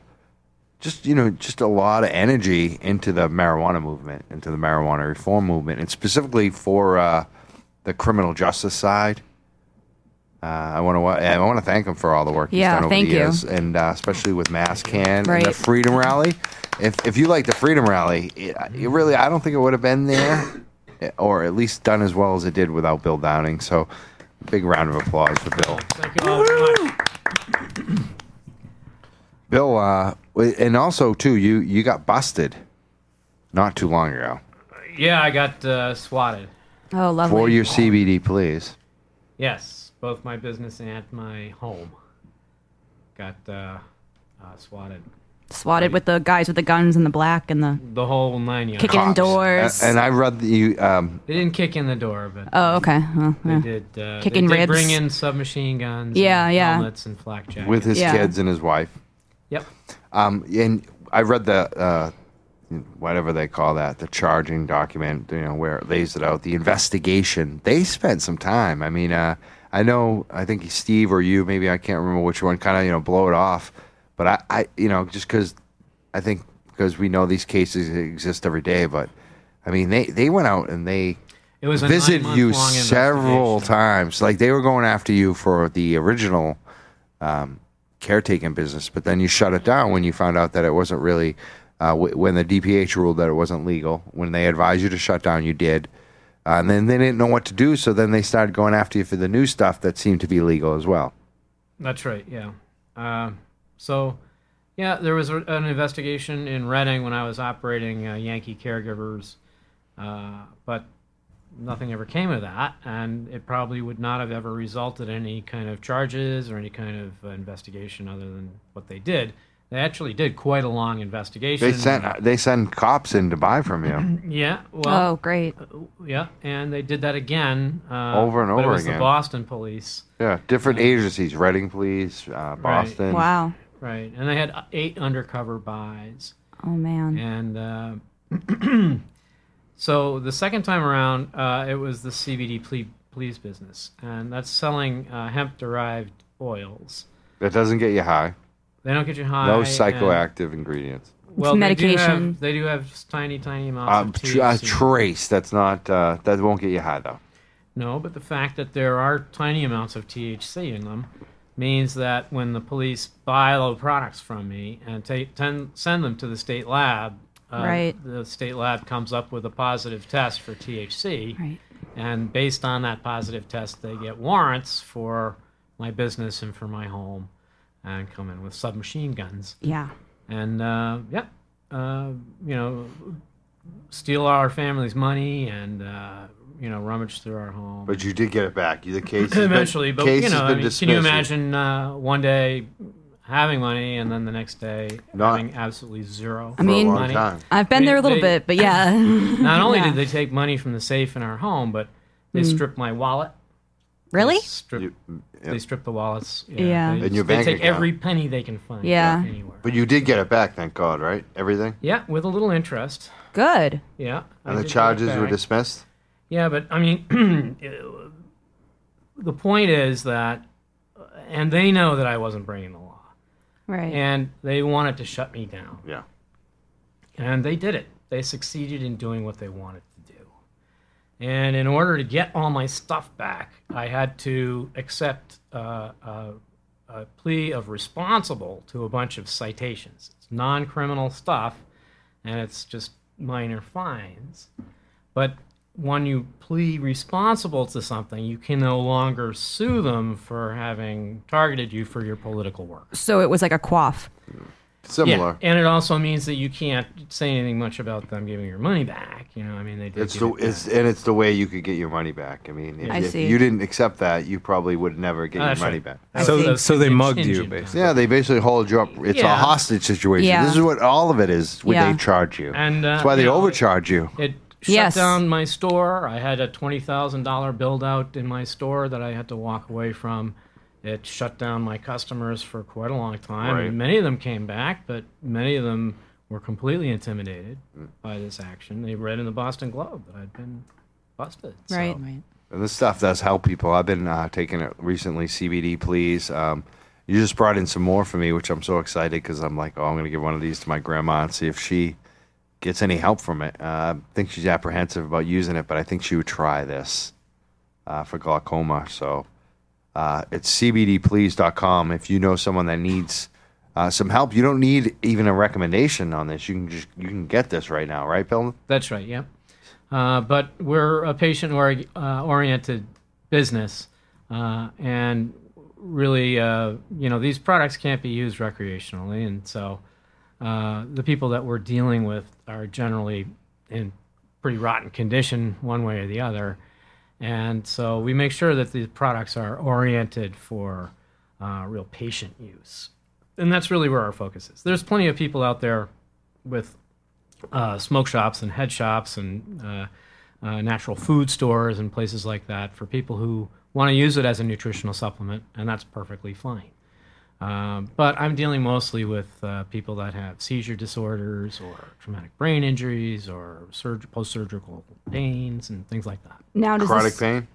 just you know just a lot of energy into the marijuana movement, into the marijuana reform movement, and specifically for uh, the criminal justice side. Uh, I want to I want to thank him for all the work he's Yeah, done over thank the you. years, and uh, especially with Mass Can and the Right. Freedom Rally. If if you like the Freedom Rally, it, it really I don't think it would have been there, eh, or at least done as well as it did without Bill Downing. So, big round of applause for Bill. Oh, Bill, uh, w- and also too, you you got busted not too long ago Yeah, I got uh, swatted. Oh, lovely. for your CBD, please. Yes, both my business and my home got uh, uh, swatted. Swatted with the guys with the guns and the black and the. The whole nine yards. Kick it. Getting doors. A- and I read that you. Um, They didn't kick in the door, but Oh, okay. Well, they yeah. did. Uh, they Kicking did ribs. Bring in submachine guns. Yeah, and yeah. Helmets and flak jackets. with his Yeah. kids and his wife. Yep. Um, and I read the uh, whatever they call that, the charging document, you know, where it lays it out, the investigation. They spent some time. I mean, uh, I know, I think Steve or you, maybe I can't remember which one, kind of you know blow it off, but I, I you know, just because I think 'cause because we know these cases exist every day. But I mean, they they went out and they It was a visited nine-month you long several investigation. times. Like they were going after you for the original um, caretaking business, but then you shut it down when you found out that it wasn't really. Uh, w- when the DPH ruled that it wasn't legal, when they advised you to shut down, you did. Uh, and then they didn't know what to do, so then they started going after you for the new stuff that seemed to be legal as well. That's right. Yeah. Um, so, yeah, there was a, an investigation in Reading when I was operating uh, Yankee Caregivers, uh, but nothing ever came of that, and it probably would not have ever resulted in any kind of charges or any kind of uh, investigation other than what they did. They actually did quite a long investigation. They sent they send cops in to buy from you. yeah. Well, Oh, great. yeah, and they did that again uh, Over and but it over was again. The Boston police. yeah, different agencies: Reading Police, uh, Boston. Wow. Right, and they had eight undercover buys, Oh man. and uh, so the second time around, uh, it was the CBD ple- please business, and that's selling uh, hemp-derived oils. That doesn't get you high. They don't get you high. No and- psychoactive ingredients. well, It's they do have- medication. They do, have, tiny, tiny Uh, amounts of tr- uh, THC. trace. That's not. Uh, that won't get you high though. No, but the fact that there are tiny amounts of THC in them means that when the police buy the products from me and take, ten, send them to the state lab, uh, Right. the state lab comes up with a positive test for THC. Right. And based on that positive test, they get warrants for my business and for my home and come in with submachine guns Yeah. and uh, yeah, uh, you know, steal our family's money and uh, you know rummage through our home. But you did get it back. You the case Eventually, but you know, I mean, can you dismissed. imagine uh, one day having money and then the next day Not- having absolutely zero? I mean, For a long money? time. I've been They- there a little they- bit, but yeah. Not only Yeah. Mm. did they take money from the safe in our home, but they stripped my wallet. really? Strip, You- yeah. They stripped the wallets. Yeah. They, And just- your they bank take account. every penny they can find. Yeah. Anywhere. But you did get it back, thank God, right? Everything yeah, with a little interest. Good. Yeah. I and did the get it charges were back. dismissed. Yeah, but I mean, the point is that, and they know that I wasn't breaking the law, Right. and they wanted to shut me down, Yeah. and they did it. They succeeded in doing what they wanted to do, and in order to get all my stuff back, I had to accept uh, a, a plea of responsible to a bunch of citations. It's non-criminal stuff, and it's just minor fines. But when you plead responsible to something, you can no longer sue them for having targeted you for your political work. so it was like a quaff. Similar. and it also means that you can't say anything much about them giving your money back. You know, I mean, they did. It's give the it back. it's and it's the way you could get your money back. I mean, if, I if see. you didn't accept that, you probably would never get Oh, your that's money right. back. That So- was those so they mugged you, contingent basically. times. Yeah, they basically hold you up. It's Yeah. a hostage situation. Yeah. This is what all of it is when Yeah. they charge you. And, uh, That's why they you know, overcharge you. It shut Yes. down my store. I had a twenty thousand dollar build out in my store that I had to walk away from. It shut down my customers for quite a long time. Right. Many of them came back, but many of them were completely intimidated Mm. by this action. They read in the Boston Globe that I'd been busted. So- Right. And this stuff does help people. I've been uh, taking it recently. CBD, please. Um, you just brought in some more for me, which I'm so excited because I'm like, oh, I'm going to give one of these to my grandma and see if she gets any help from it. Uh, I think she's apprehensive about using it, but I think she would try this uh, for glaucoma. So uh, it's cbdplease.com. If you know someone that needs uh, some help, you don't need even a recommendation on this. You can just you can get this right now, right, Bill? That's right. Yeah. Uh, but we're a patient or, uh, oriented business, uh, and really, uh, you know, these products can't be used recreationally, and so uh, the people that we're dealing with are generally in pretty rotten condition, one way or the other, and so we make sure that these products are oriented for uh, real patient use, and that's really where our focus is. There's plenty of people out there with uh, smoke shops and head shops and uh, uh, natural food stores and places like that for people who want to use it as a nutritional supplement, and that's perfectly fine. Um, but I'm dealing mostly with uh, people that have seizure disorders or traumatic brain injuries or surg- post surgical pains and things like that. Now does Chronic this, pain?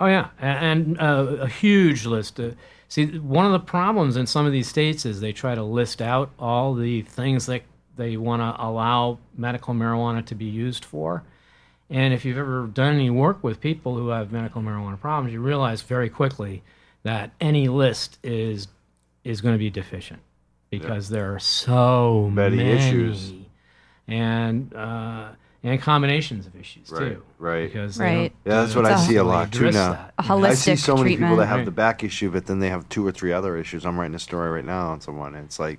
Oh yeah, A- and uh, a huge list. Uh, see, one of the problems in some of these states is they try to list out all the things that they want to allow medical marijuana to be used for. And if you've ever done any work with people who have medical marijuana problems, you realize very quickly that any list is is going to be deficient because there are so Many many, issues. and uh, and combinations of issues Right, too. right. Because they Right. don't- Yeah, that's they what I don't see a really lot too address now. that. A I holistic see so many treatment. people that have Right. the back issue, but then they have two or three other issues. I'm writing a story right now on someone, and it's like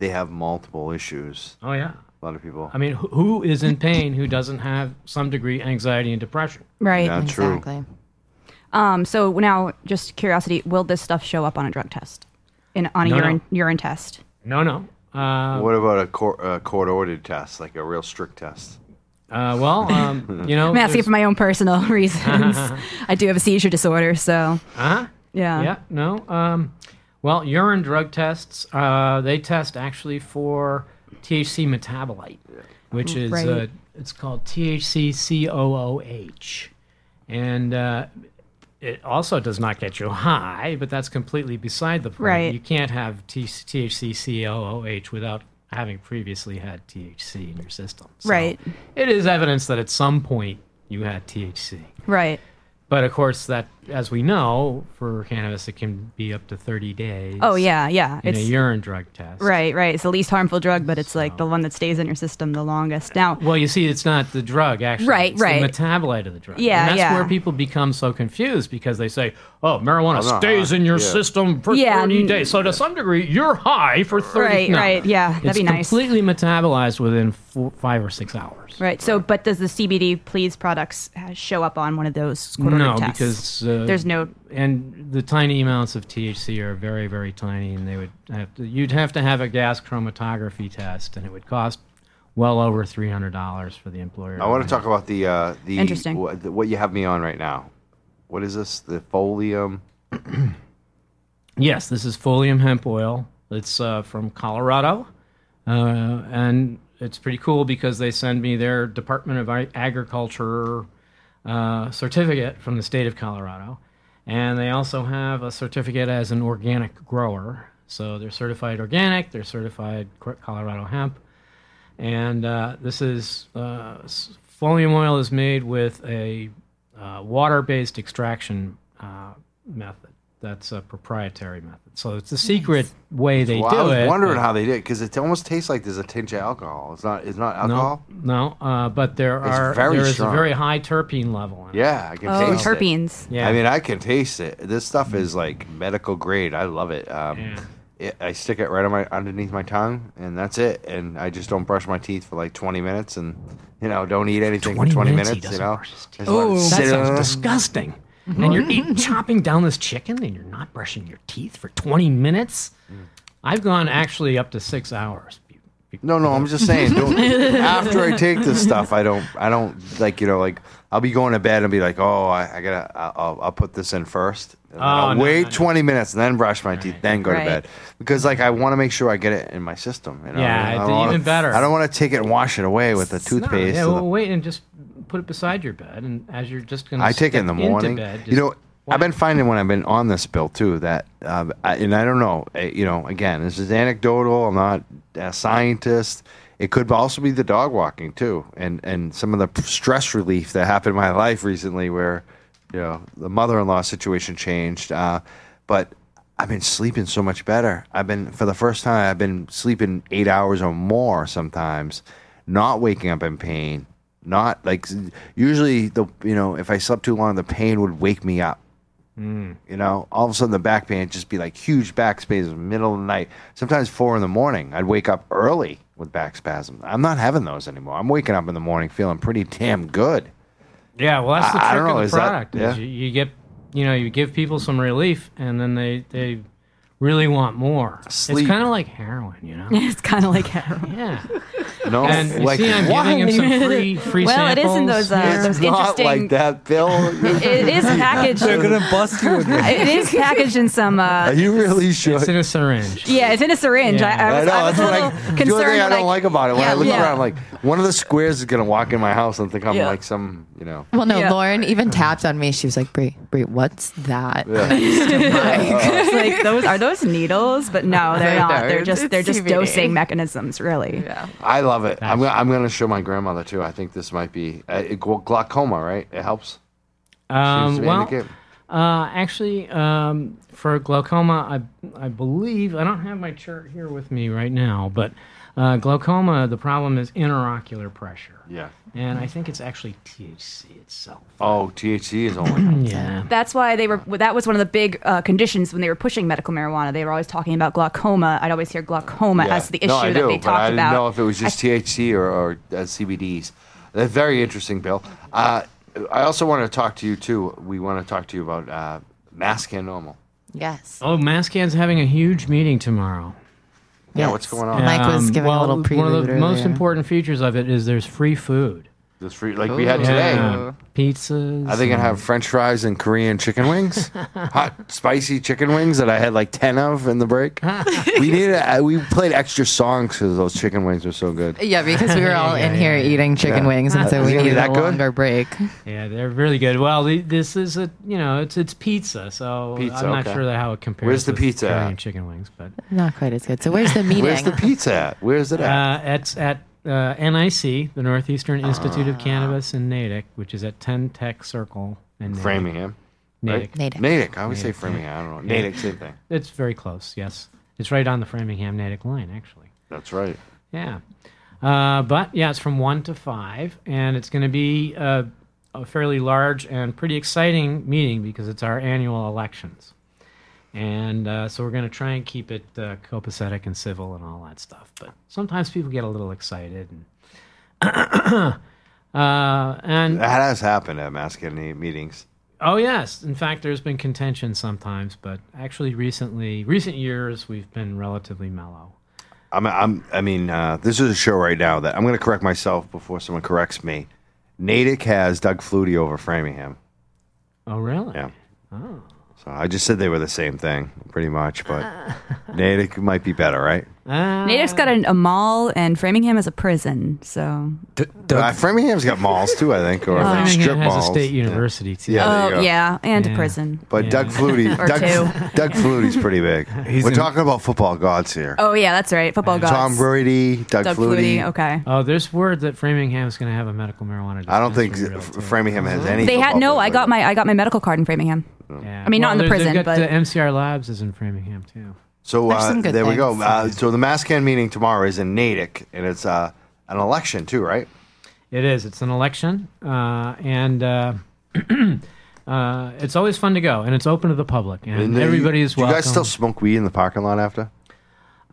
they have multiple issues. Oh yeah. A lot of people. I mean, who- who is in pain who doesn't have some degree anxiety and depression? right. Not true. exactly. Um, so now, just curiosity, will this stuff show up on a drug test, in on a No, no. urine urine test? No, no. Uh, What about a court, a court ordered test, like a real strict test? uh, well, um, you know, I'm asking there's- for my own personal reasons. I do have a seizure disorder, so Huh? yeah. Yeah, no. Um, well, urine drug tests, uh, they test actually for THC metabolite, which is Right. uh, it's called THC COOH. And uh, it also does not get you high, but that's completely beside the point. Right. You can't have T- THC COOH without having previously had THC in your system. So Right. It is evidence that at some point you had THC. Right. But of course, that as we know, for cannabis, it can be up to 30 days. Oh yeah, yeah. in a It's urine drug test. right, right. It's the least harmful drug, but it's like the one that stays in your system the longest. Now, Well, you see, it's not the drug actually. Right, it's right. The metabolite of the drug. Yeah, and that's yeah. where people become so confused because they say, "Oh, marijuana not stays high." in your Yeah. system for Yeah, 30 n- days." So to some degree, you're high for 30. Right, No. right, yeah, that'd it's be nice. Completely metabolized within four, five or six hours. right. So, but does the CBD Please products uh, show up on one of those quarter No, tests? because uh, there's no and the tiny amounts of THC are very, very tiny, and they would have to. You'd have to have a gas chromatography test, and it would cost well over three hundred dollars for the employer. I want to talk about the uh, the Interesting. wha- the- what you have me on right now. What is this? The folium. Yes, this is folium hemp oil. It's uh, from Colorado, uh, and it's pretty cool because they send me their Department of Ag- Agriculture uh, certificate from the state of Colorado, and they also have a certificate as an organic grower. So they're certified organic. They're certified Cor- Colorado hemp, and uh, this is uh, s- folium oil is made with a uh, water-based extraction uh, method. That's a proprietary method. So it's a secret way they Well, do I was it. wondering how they did it because it almost tastes like there's a tinge of alcohol. It's not. It's not alcohol. no, no, uh, but there It's are very there is strong. a very high terpene level. In it. Yeah, I can oh taste it. terpenes. Yeah. I mean, I can taste it. This stuff is like medical grade. I love it. Um, Yeah. it I stick it right on my underneath my tongue, and that's it. And I just don't brush my teeth for like 20 minutes, and you know, don't eat anything 20 for 20 minutes minutes. he you doesn't know, brush his Oh, Just let it That sit sounds on- disgusting. And you're eating, chopping down this chicken and you're not brushing your teeth for 20 minutes. Mm. I've gone actually up to six hours. be- be- No, no, I'm just saying. Don't, after I take this stuff, I don't, I don't like, you know, like I'll be going to bed and be like, oh, I, I gotta, I'll- I'll, I'll put this in first. And then Oh, I'll no, wait no, no. 20 minutes and then brush my teeth, then go Right. to bed because like I want to make sure I get it in my system. You know? Yeah, I it's don't wanna- even better. I don't want to take it and wash it away with the No, toothpaste. yeah, and the- well, wait and just put it beside your bed. And as you're just going to I take it in the morning. Bed, you just- know, I've been finding when I've been on this bill too that, um, I, and I don't know, uh, you know, again, this is anecdotal. I'm not a scientist. It could also be the dog walking too, and and some of the stress relief that happened in my life recently, where you know the mother-in-law situation changed, uh, but. I've been sleeping so much better. I've been for the first time I've been sleeping 8 hours or more sometimes, not waking up in pain, not like usually the you know if I slept too long the pain would wake me up. You know, all of a sudden the back pain would just be like huge back spasms, middle of the night, sometimes four in the morning. I'd wake up early with back spasms. I'm not having those anymore. I'm waking up in the morning feeling pretty damn good. Yeah, well, that's the I- I trick don't know, of is the that- product. is yeah. you, you get, you know, you give people some relief, and then they they really want more. Sleep. It's kind of like heroin, you know. It's kind of like heroin. yeah, No, And you like see, I'm what? giving him some free free Well, it is in samples. those, uh, here. It's those not interesting- like that, Bill. It is packaged. They're gonna bust you. Again. it is packaged in some. Are Uh, you really sure? it's in a syringe. yeah, it's in a syringe. Yeah. I, I I was, know. I was That's a what I, little the concerned. only thing I when don't like about it. When I Yeah, look yeah. around, I'm like one of the squares is gonna walk in my house and think I'm Yeah. like some, you know. Well, no, Yeah. Lauren even tapped on me. She was like, Brie, Brie, what's that? It's like those are those needles, but no, they're They not. don't. They're just It's they're just CBD. dosing mechanisms, really. Yeah. I love it. I'm gonna, I'm gonna show my grandmother too. I think this might be uh, it- glau- glaucoma, right? It helps. Seems to Um, be well, indicated. Uh, actually, um, for glaucoma, I, I believe I don't have my chart here with me right now, but uh, glaucoma, the problem is interocular pressure, yeah. and I think it's actually THC itself. Oh, THC is only. Yeah, That's why they were. That was one of the big uh, conditions when they were pushing medical marijuana. They were always talking about glaucoma. I'd always hear glaucoma Yeah. as the issue no, I that do, they but talked I didn't about. know if it was just THC or, or uh, CBDs. They're very interesting, Bill. Uh, I also want to talk to you too. We want to talk to you about uh, mask and normal. Yes. Oh, Mascan's having a huge meeting tomorrow. Yeah, Yes. what's going on? Mike was Um, giving a well, little prelude One of the most earlier. important features of it is there's free food. This free, like we Oh. had today. Yeah. Pizzas. Are they gonna have French fries and Korean chicken wings? Hot, spicy chicken wings that I had like ten of in the break. we needed. uh, We played extra songs because those chicken wings were so good. Yeah, because we were all in here eating chicken wings, and so Is it we gonna be needed that a good? longer break. Yeah, they're really good. Well, the, this is a you know it's it's pizza, so Pizza, I'm not okay. sure how it compares. Where's the with pizza Korean at? chicken wings, but Not quite as good. So where's the meeting? Where's the pizza at? Where's it at? uh, it's at uh, NIC, the Northeastern Institute Ah. of Cannabis in Natick, which is at 10 Tech Circle in Uh, Natick. Framingham. Natick. Natick. Natick. I always say Framingham. I don't know. Natick, same thing. It's very close. Yes, it's right on the Framingham Natick line, actually. That's right. Yeah. Uh, but yeah, it's from one to five, and it's going to be a, a fairly large and pretty exciting meeting because it's our annual elections. And uh, so we're going to try and keep it uh, copacetic and civil and all that stuff. But sometimes people get a little excited. And, uh, and That has happened at masculinity meetings. oh, yes, in fact, there's been contention sometimes, but actually, recently, recent years, we've been relatively mellow. I'm, I'm, I mean, uh, this is a show right now that I'm going to correct myself before someone corrects me. Natick has Doug Flutie over Framingham. Oh, really? Yeah. So I just said they were the same thing, pretty much. But Natick might be better, right? Ah. Natick's got an, a mall, and Framingham is a prison. So D- Uh, Doug, Framingham's got malls too, I think, or Framingham strip has malls. a state university too. Yeah. there you oh go. yeah, and Yeah. a prison. But Doug Flutie, Or Doug, two. Doug Flutie's pretty big. We're in- talking about football gods here. Oh yeah, that's right. Football gods. Tom Brady, Doug, Doug Flutie. Flutie. Okay. Oh, there's word that Framingham's going to have a medical marijuana. I don't think dispensary F- really, too. Framingham has Uh-huh. any. They had football no. players. I got my I got my medical card in Framingham. Yeah. I mean, not in the there's- prison, they've got but- the MCR Labs is in Framingham too. So There's uh, some there good we go. things. Uh, so the Mascan meeting tomorrow is in Natick, and it's uh, an election too, right? It is. It's an election, uh, and uh, uh, it's always fun to go, and it's open to the public, and, then you- everybody is do welcome. You guys still smoke weed in the parking lot after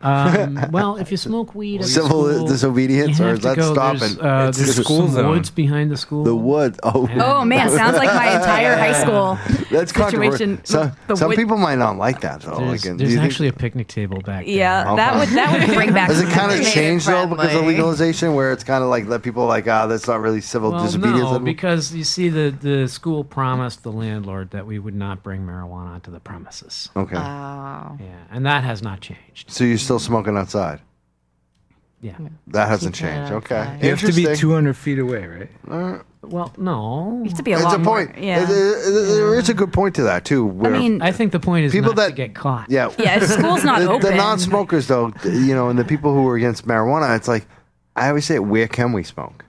um, well, if you smoke weed, at civil the school, disobedience, you or have is to that go. stopping? There's, uh, It's there's the school some zone. woods behind the school. the woods. Oh, Oh man, sounds like my entire high school. That's controversial. Oh, situation. Some, The some wood- people might not like that though. There's, like, uh, do there's you think- actually a picnic table back there. Yeah, that would that would bring back. Does it some kind of memories. change though because of friendly. legalization, where it's kind of like let people like ah, that's not really civil Well, disobedience? no, because you see, the, the school promised the landlord that we would not bring marijuana onto the premises. okay, Wow. Yeah, and that has not changed. so you're still smoking outside. Yeah. That hasn't Keeping it changed. Okay, outside. you have to be Interesting. 200 feet away, right? Well, no. Used to be a It's lot a more- point. Yeah. It- it- it- there is a good point to that too. I Where, mean, I think the point is People not that- to get caught. yeah, yeah, if school's not the, open. the non-smokers though, th- you know, and the people who are against marijuana, it's like I always say, where can we smoke?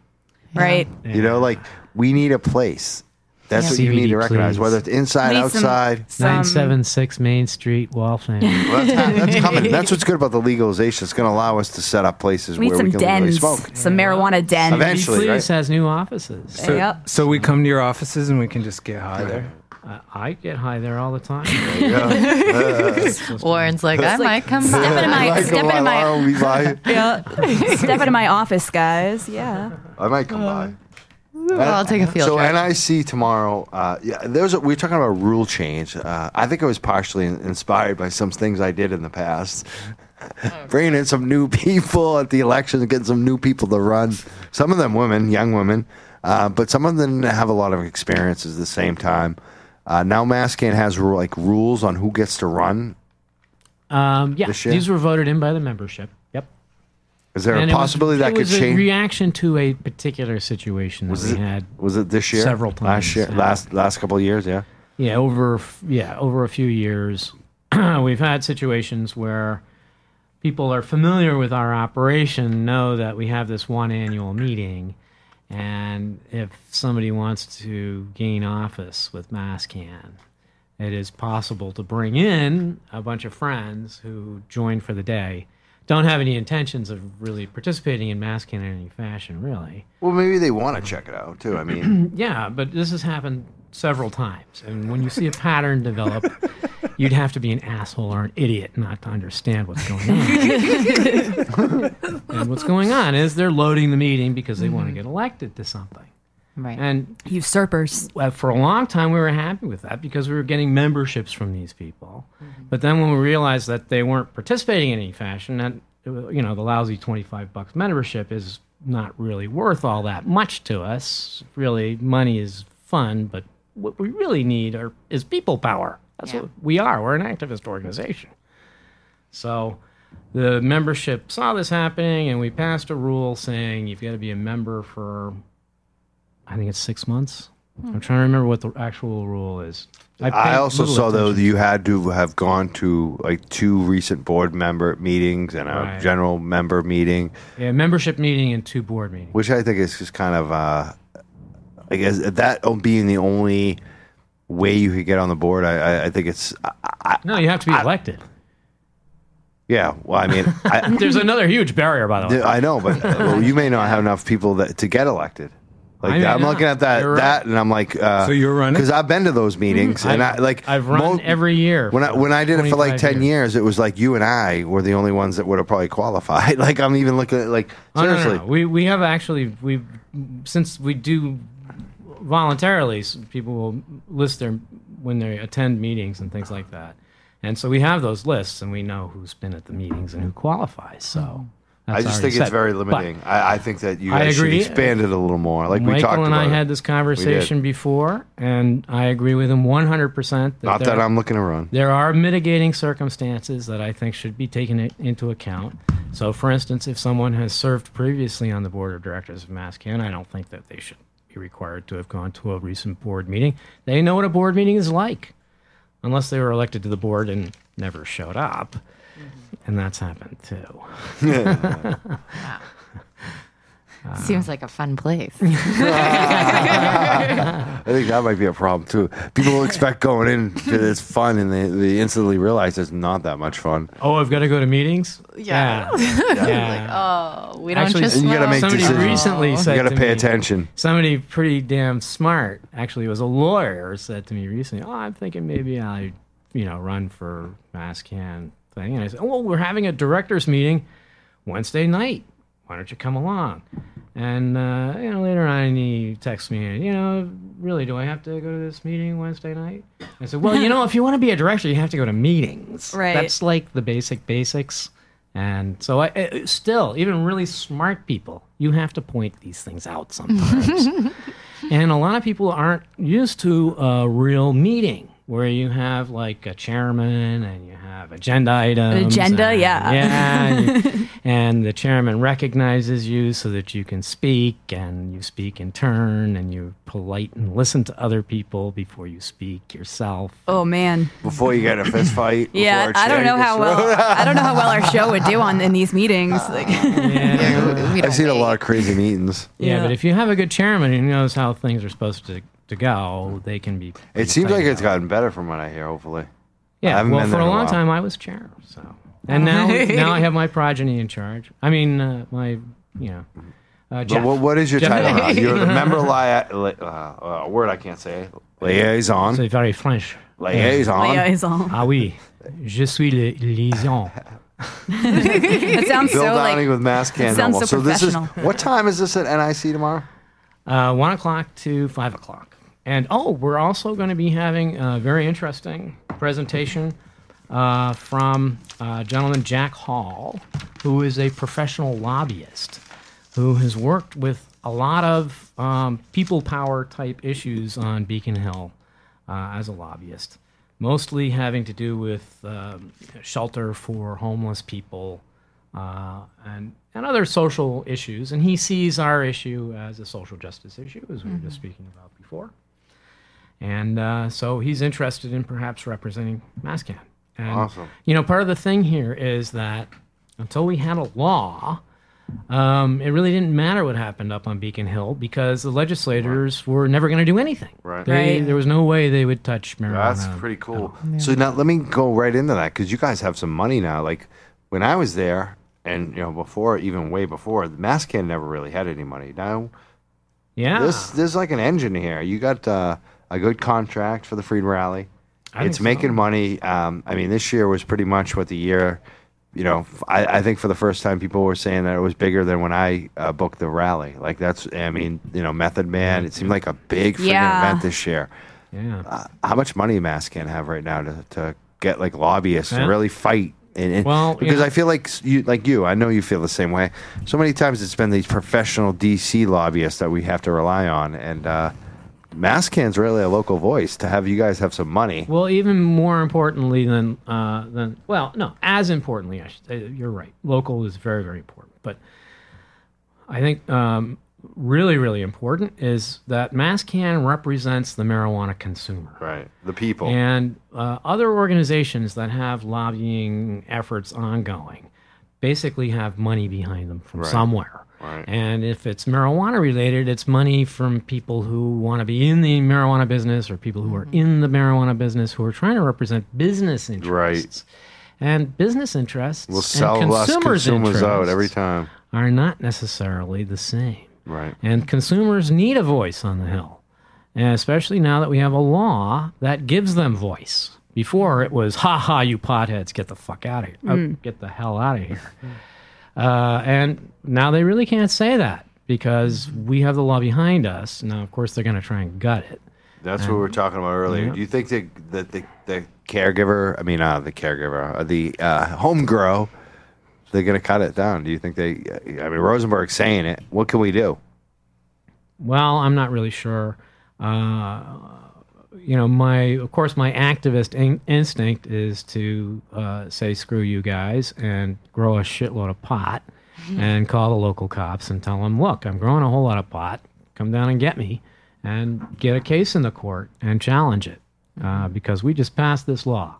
right? You know, like we need a place. That's what you need CBD, to recognize, please. whether it's inside, Need some- outside. some- 976 Main Street, Waltham. Well, that's, ha- that's coming. That's what's good about the legalization. It's going to allow us to set up places We need where we some can legally dens, smoke. some marijuana dens. Event- Please Actually, right? has new offices. So, Yep. so we come to your offices and we can just get high there. I- I get high there all the time. Warren's like, I might come Step back. into my, I step come by, into Laura my, will be by. yeah, step into my office, guys. Yeah, I might come by. Well, I'll take a field So trip. NIC tomorrow. Uh, yeah, there's a, we were talking about rule change. Uh, I think I was partially in- inspired by some things I did in the past. Oh. bringing in some new people at the election, getting some new people to run. Some of them women, young women, uh, but some of them have a lot of experiences at the same time. Uh, now Mascan has ru- like rules on who gets to run. Um, yeah, This year? these were voted in by the membership. Yep. Is there a it was- possibility that it could was a change? reaction to a particular situation that we it- had. was it this year? Several Last times, year, yeah. last last couple of years, yeah. Yeah, over f- yeah over a few years, we've had situations where people are familiar with our operation, know that we have this one annual meeting, and if somebody wants to gain office with Mascan, it is possible to bring in a bunch of friends who join for the day, don't have any intentions of really participating in Mascan in any fashion, really. Well, maybe they want Mm-hmm. to check it out too. I mean, Yeah, but this has happened several times. And when you see a pattern develop, you'd have to be an asshole or an idiot not to understand what's going on. and what's going on is they're loading the meeting because they want to get elected to something. Right. And Usurpers. well, uh, for a long time, we were happy with that because we were getting memberships from these people. But then when we realized that they weren't participating in any fashion, that uh, you know the lousy twenty-five bucks membership is not really worth all that much to us. Really, money is fun, but what we really need are is people power. That's Yeah. what we are. We're an activist organization. So the membership saw this happening, and we passed a rule saying you've got to be a member for, I think it's six months. I'm trying to remember what the actual rule is. I paid also little saw though attention. that you had to have gone to like two recent board member meetings and a Right. general member meeting, yeah, membership meeting and two board meetings. which I think is just kind of, uh, I guess that being the only way you could get on the board. I, I, I think it's, uh, I, No, you have to be elected. yeah. Well, I mean, I, There's another huge barrier, by the way. I know, but uh, well, you may not have enough people that to get elected. Like I may I'm not. looking at that, You're right. that, and I'm like, uh, So you're running? because I've been to those meetings, and I, I've- like Mm-hmm. I've run mo- every year. When I when I did it for like 25 ten years. it was like you and I were the only ones that would have probably qualified. Like I'm even looking at like Oh, no, no, seriously. no. we we have actually we since we do voluntarily, s- people will list their when they attend meetings and things like that, and so we have those lists and we know who's been at the meetings and who qualifies. So Mm-hmm. I that's just already think it's set. very But limiting. I, I think that you I guys should agree. expand it a little more. Like we talked Michael and about, I it. had this conversation before, and I agree with him 100. percent Not that I'm looking to run. There are mitigating circumstances that I think should be taken i- into account. So, for instance, if someone has served previously on the board of directors of MassCan, I don't think that they should be required to have gone to a recent board meeting. They know what a board meeting is like, unless they were elected to the board and never showed up. Mm-hmm. And that's happened too. Seems like a fun place. I think that might be a problem too. People expect going in that it's fun, and they, they instantly realize it's not that much fun. Oh, I've got to go to meetings? Yeah. Yeah. oh, we don't Actually, just. Oh. And you gotta love- make somebody decisions. recently said You got to to pay me- attention. somebody pretty damn smart actually it was a lawyer said to me recently oh i'm thinking maybe i you know run for mascan thing and i said oh well, we're having a directors meeting wednesday night why don't you come along and uh, you know later on he texts me you know really do i have to go to this meeting wednesday night i said well you know if you want to be a director you have to go to meetings Right. that's like the basic basics and so I, I still even really smart people you have to point these things out sometimes and a lot of people aren't used to a real meeting where you have like a chairman and you have agenda items. agenda, and- yeah. Yeah. and, you- and the chairman recognizes you so that you can speak and you speak in turn and you're polite and listen to other people before you speak yourself. Oh man. before you get in a fist fight. Yeah, before a I don't chair know gets how thrown. well I don't know how well our show would do on in these meetings. Like, Yeah, we don't I've seen a wait. lot of crazy meetings. Yeah, Yeah. but if you have a good chairman who knows how things are supposed to, to go, they can be. pretty It seems like tight it's about gotten better from what I hear. Hopefully, I Yeah, haven't well, been for there a in a long while. time I was chair. So, and now now I have my progeny in charge. I mean, uh, my you know, uh, but Jeff. what, what is your Jeff. title? now? You're the member lia- li- uh, a word I can't say liaison. C'est very French. Liaison. yeah, it's all. Ah oui, je suis le liaison. It sounds Bill so Downing like with Mass Candle. sounds so this is professional. what time is this at NIC tomorrow? Uh, one o'clock to five o'clock. And oh, we're also going to be having a very interesting presentation uh, from uh, gentleman Jack Hall, who is a professional lobbyist who has worked with a lot of um, people power type issues on Beacon Hill uh, as a lobbyist, mostly having to do with um, shelter for homeless people uh, and and other social issues. And he sees our issue as a social justice issue, as we were just speaking about before. And uh, so he's interested in perhaps representing Mascan. And, Awesome. You know, part of the thing here is that until we had a law, um, it really didn't matter what happened up on Beacon Hill because the legislators were never going to do anything. Right. They- Right. There was no way they would touch marijuana. That's pretty cool. So now let me go right into that because you guys have some money now. Like when I was there, and you know before, even way before, the Mascan never really had any money. Now Yeah. this there's like an engine here. You got uh, a good contract for the Freed Rally. it's I think so. making money. Um, I mean, this year was pretty much what the year. You know, f- I, I think for the first time, people were saying that it was bigger than when I uh, booked the rally. Like that's, I mean, you know, Method Man. It seemed like a big freaking Yeah. event this year Yeah. uh, how much money Mass can have right now to, to get like lobbyists Yeah. to really fight. And, and- Well, you because know- I feel like s- you, like you, I know you feel the same way. So many times it's been these professional DC lobbyists that we have to rely on, and uh, Mascan's really a local voice. To have you guys have some money, Well, even more importantly than uh, than well, no, as importantly, I should say you're right. Local is very very important, but I think um, really really important is that Mascan represents the marijuana consumer. right? The people, And uh, other organizations that have lobbying efforts ongoing basically have money behind them from somewhere. Right. And if it's marijuana related, it's money from people who want to be in the marijuana business or people who are Mm-hmm. in the marijuana business who are trying to represent business interests. And business interests will sell and us consumers, consumers out interests every time, are not necessarily the same. right? And consumers need a voice on the Hill, and especially now that we have a law that gives them voice. Before it was, ha ha, you potheads, get the fuck out of here. Oh, get the hell out of here. Uh, and now they really can't say that because we have the law behind us. Now, of course, they're going to try and gut it. That's what we were Mm-hmm. talking about earlier. Do you think that that the, the caregiver, I mean, uh, the caregiver, uh, the uh, home grow, they're going to cut it down? Do you think they? I mean, Rosenberg's saying it. What can we do? Well, I'm not really sure. Uh, you know, my of course my activist in- instinct is to uh, say screw you guys and grow a shitload of pot and call the local cops and tell them, look, I'm growing a whole lot of pot. Come down and get me and get a case in the court and challenge it uh, because we just passed this law.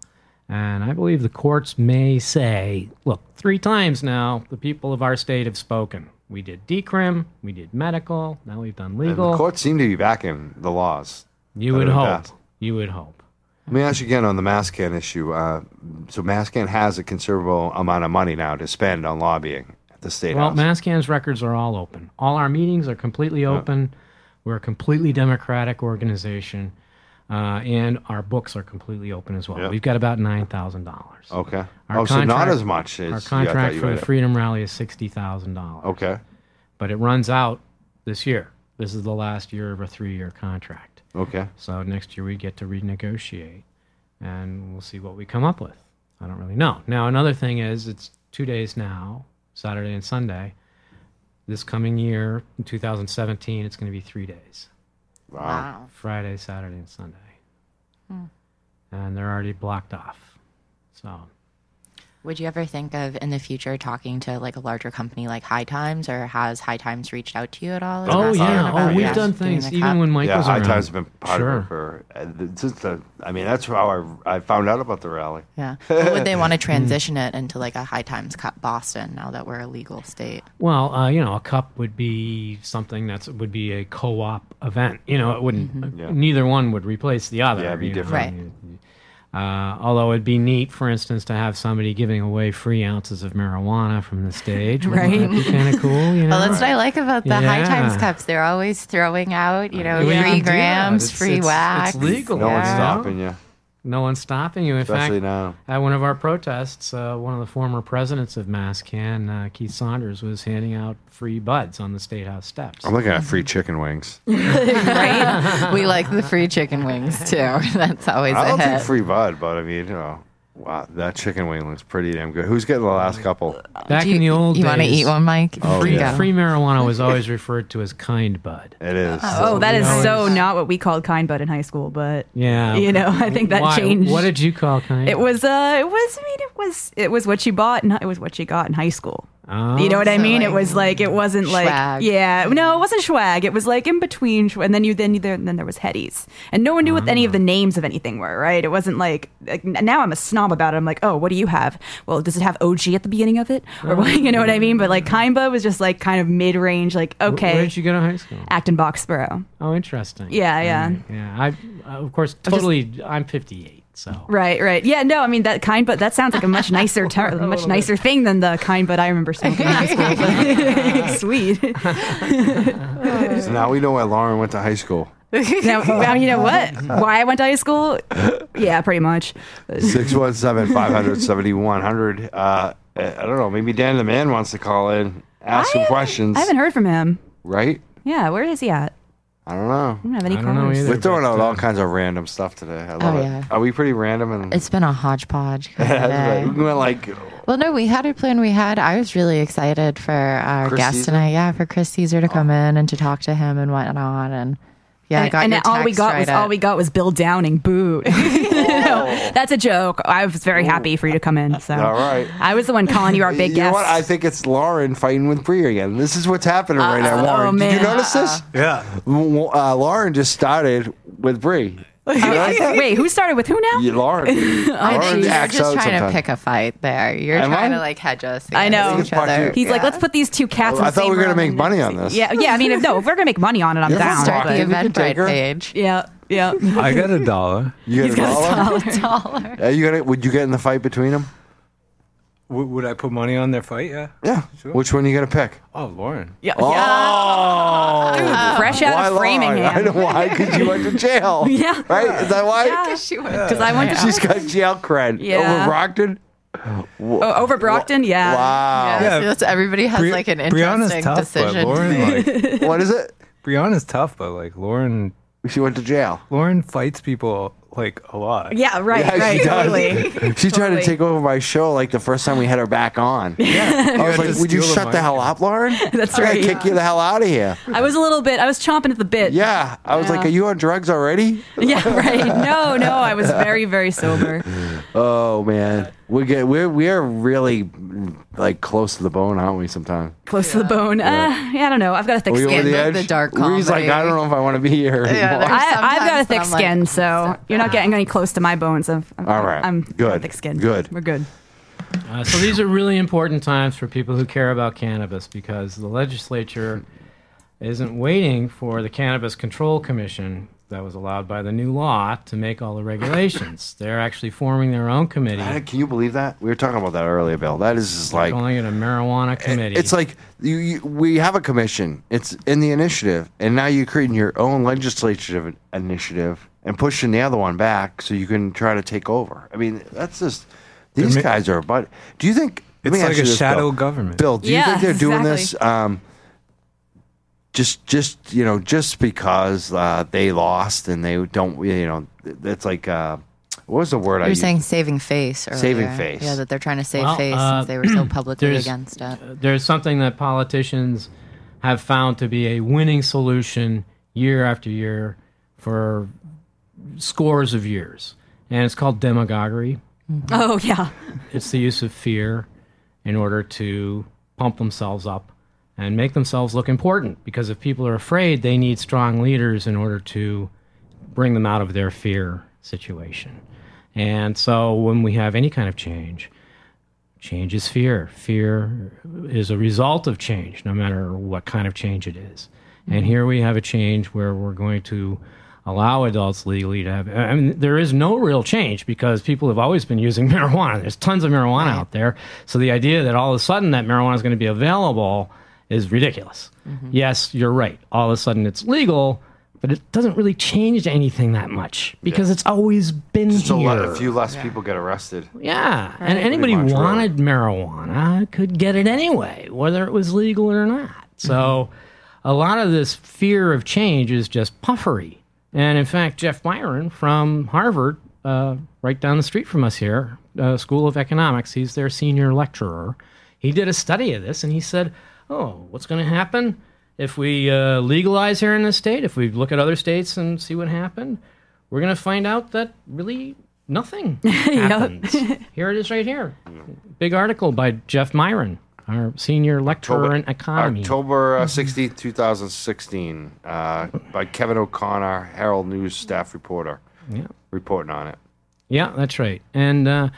And I believe the courts may say, look, three times now, the people of our state have spoken. We did decrim, we did medical, now we've done And the legal. courts seem to be backing the laws. you that would have hope. passed. You would hope. Let me ask you again on the Mascan issue. Uh, so Mascan has a considerable amount of money now to spend on lobbying at the state Well, house. Mascan's records are all open. All our meetings are completely open. We're a completely democratic organization, uh, and our books are completely open as well. Yeah. We've got about nine thousand dollars. okay. Our oh, so not contract- as much as Our yeah, I thought contract you for the might have- Freedom Rally is sixty thousand dollars. Okay. but it runs out this year. This is the last year of a three-year contract. Okay. So next year we get to renegotiate, and we'll see what we come up with. I don't really know. Now another thing is it's two days now, Saturday and Sunday. This coming year, in 2017, it's going to be three days: Wow. Friday, Saturday, and Sunday. Hmm. And they're already blocked off. So Would you ever think of in the future talking to like a larger company like High Times or has High Times reached out to you at all? as oh an yeah, asset oh about we've you doing done the things cup? even when Mike yeah, was High around. Times has been part sure. of it for uh, th- since the. I mean, that's how I I found out about the rally. Yeah. But would they want to transition it into like a High Times Cup Boston now that we're a legal state? Well, uh, you know, a cup would be something that's would be a co-op event. You know, it wouldn't. Mm-hmm. Yeah. Neither one would replace the other. Yeah, it'd be you know. different. Uh, although it'd be neat, for instance, to have somebody giving away free ounces of marijuana from the stage. Wouldn't Right. that be kind of cool. You know. Well, that's what I like about the High Times Yeah. Cups. They're always throwing out, you know, We can free do that. grams, It's- free it's- it's wax. legal. No one's Yeah. stopping you, No one's stopping you. In especially fact, now. At one of our protests, uh, one of the former presidents of MassCan, uh, Keith Saunders, was handing out free buds on the State House steps. I'm looking at free chicken wings. we like the free chicken wings too. That's always I a don't think hit. free bud, but I mean, you know, Wow, that chicken wing looks pretty damn good. Who's getting the last couple? Back Do you, in the old you days, want to eat one, Mike? Oh, Free, yeah. free marijuana was always referred to as kind bud. It is. Oh, that is Nice. so not what we called kind bud in high school, but Yeah, you know, I think that Why? changed. What did you call kind? it was uh it was I mean it was it was what you bought and it was what you got in high school. Oh. You know what I So, mean? It like, was like it wasn't like swag. yeah, no, it wasn't swag. It was like in between, schw- and then you then you, then there was headies, and no one knew what any Ah. of the names of anything were. Right? It wasn't like, like n- now I'm a snob about it. I'm like, oh, what do you have? Well, does it have OG at the beginning of it, or what you know what I mean? But like Kaimba was just like kind of mid range, like Where, okay, did you go to high school? Acton Boxborough. Oh, interesting. Yeah, yeah. Alright, yeah. I, uh, of course, totally. I'm 58, so Right, right. Yeah, no, I mean that kind, but that sounds like a much nicer, ter- much nicer thing than the kind, but I remember smoking. in school. Sweet. So now we know why Lauren went to high school. now, now you know what? Why I went to high school? Yeah, pretty much. 617 500 7100. Uh, I don't know. Maybe Dan the man wants to call in, ask some haven't- questions, I haven't heard from him. right? Yeah, where is he at? I don't know. I don't have any I don't know callers. either. We're throwing but, out uh, all kinds of random stuff today. I love yeah. it. Are we pretty random? And It's been a hodgepodge. kind of day. we went like Well, no, we had a plan. We had. I was really excited for our Chris guest Caesar? Oh. tonight. Yeah, for Chris Caesar to come in and to talk to him and whatnot. And yeah, I And, got and your all we text got right was at- all we got was Bill Downing booed. that's a joke. I was very happy for you to come in. So All right. I was the one calling you our big you guest. know what? I think it's Lauren fighting with Bree again. This is what's happening right now, Uh, Uh-oh, Lauren. oh, Did you man. notice Uh-uh. this? Yeah. Well, Uh, Lauren just started with Bree. Wait, who started with who now? Yeah, Lauren. I think Lauren you're acts just out trying sometimes. to pick a fight there. You're Am trying I? to like hedge us. I know. against each Fuck you. other. He's like, Yeah. let's put these two cats. Well, in I the thought same we were gonna room make and- money on this. Yeah, yeah. I mean, if, no, if we're gonna make money on it, I'm You're down. fine. start the Fuck, we can take Eventbrite her. page. Yeah, yeah. I got a dollar. You got a dollar? Dollar. Are you gonna? Would you get in the fight between them? W- would I put money on their fight? Yeah. Yeah. Which one are you gonna pick? Oh, Lauren. yeah. Oh, Uh, Oh. Fresh out why of Lauren? I know Framingham. why? Because you went to jail. Yeah. Right? Is that why? Because I went to She's got jail cred Yeah. over Brockton. oh, over Brockton. Yeah. Wow. Yeah. Yeah, so that's- everybody has Bri- like an Brianna's interesting tough, decision. But to Lauren, make. like, What is it? Brianna's tough, but like Lauren, She went to jail. Lauren fights people like a lot. Yeah. Right. Yeah, right. she does. Totally. She tried to Totally. take over my show like the first time we had her back on. I was had like, to "Would you steal the shut the mic." hell up, Lauren? That's I gotta right, Kick yeah. you the hell out of here." I was a little bit. I was chomping at the bit. Yeah, I was like, "Are you on drugs already?" Yeah. Right. No. No. I was very, very sober. Oh man, we get we're we're really like close to the bone, aren't we? Sometimes Close to the bone. Uh, yeah. I don't know. I've got a thick we skin. the- the dark Bree's like, comedy. "I don't know if I want to be here." anymore." there's- I, I've got a Sometimes thick I'm like, skin, so you're not getting any close to my bones. I'm, I'm, All right. I'm Good. Thick skin. Good. We're good. Uh, so these are really important times for people who care about cannabis because the legislature isn't waiting for the Cannabis Control Commission that was allowed by the new law to make all the regulations. They're actually forming their own I- committee, Can you believe that? We were talking about that earlier, Bill. That is just like calling it a marijuana committee. It's like you, you, we have a commission. It's in the initiative, and now you're creating your own legislative initiative and pushing the other one back so you can try to take over. I mean, that's just these ma- guys are. But do you think let It's me ask like you a this, shadow Bill. government. Bill, do you Yeah, think they're doing exactly. this? Um, just, just you know, just because uh, they lost and they don't, you know, that's like uh, what was the word I You're used? saying saving face. Earlier. Saving face. Yeah, that they're trying to save Well, face uh, since they were so publicly there's- against it. there's something that politicians have found to be a winning solution year after year for scores of years, and it's called demagoguery. Oh yeah. It's the use of fear in order to pump themselves up and make themselves look important. Because if people are afraid, they need strong leaders in order to bring them out of their fear situation. And so when we have any kind of change, change is fear. Fear is a result of change, no matter what kind of change it is. And here we have a change where we're going to allow adults legally to have. I mean, there is no real change because people have always been using marijuana. There's tons of marijuana out there. So the idea that all of a sudden that marijuana is going to be available is ridiculous. Yes, you're right. All of a sudden it's legal. But it doesn't really change anything that much because it's always been so here. let a few less people get arrested. Yeah, and anybody much, right. wanted marijuana could get it anyway, whether it was legal or not. So, Mm-hmm. a lot of this fear of change is just puffery. And in fact, Jeff Byron from Harvard, uh, right down the street from us here, uh, School of Economics. He's their senior lecturer. He did a study of this and he said, "Oh, what's going to happen if we uh, legalize here in this state? If we look at other states and see what happened, we're going to find out that really nothing happens. here it is, right here. Big article by Jeff Myron, our senior lecturer in economy. Mm-hmm. October uh, sixteenth, two thousand sixteen, uh, by Kevin O'Connor, Herald News staff reporter, Yeah. reporting on it. Yeah, that's right. And uh,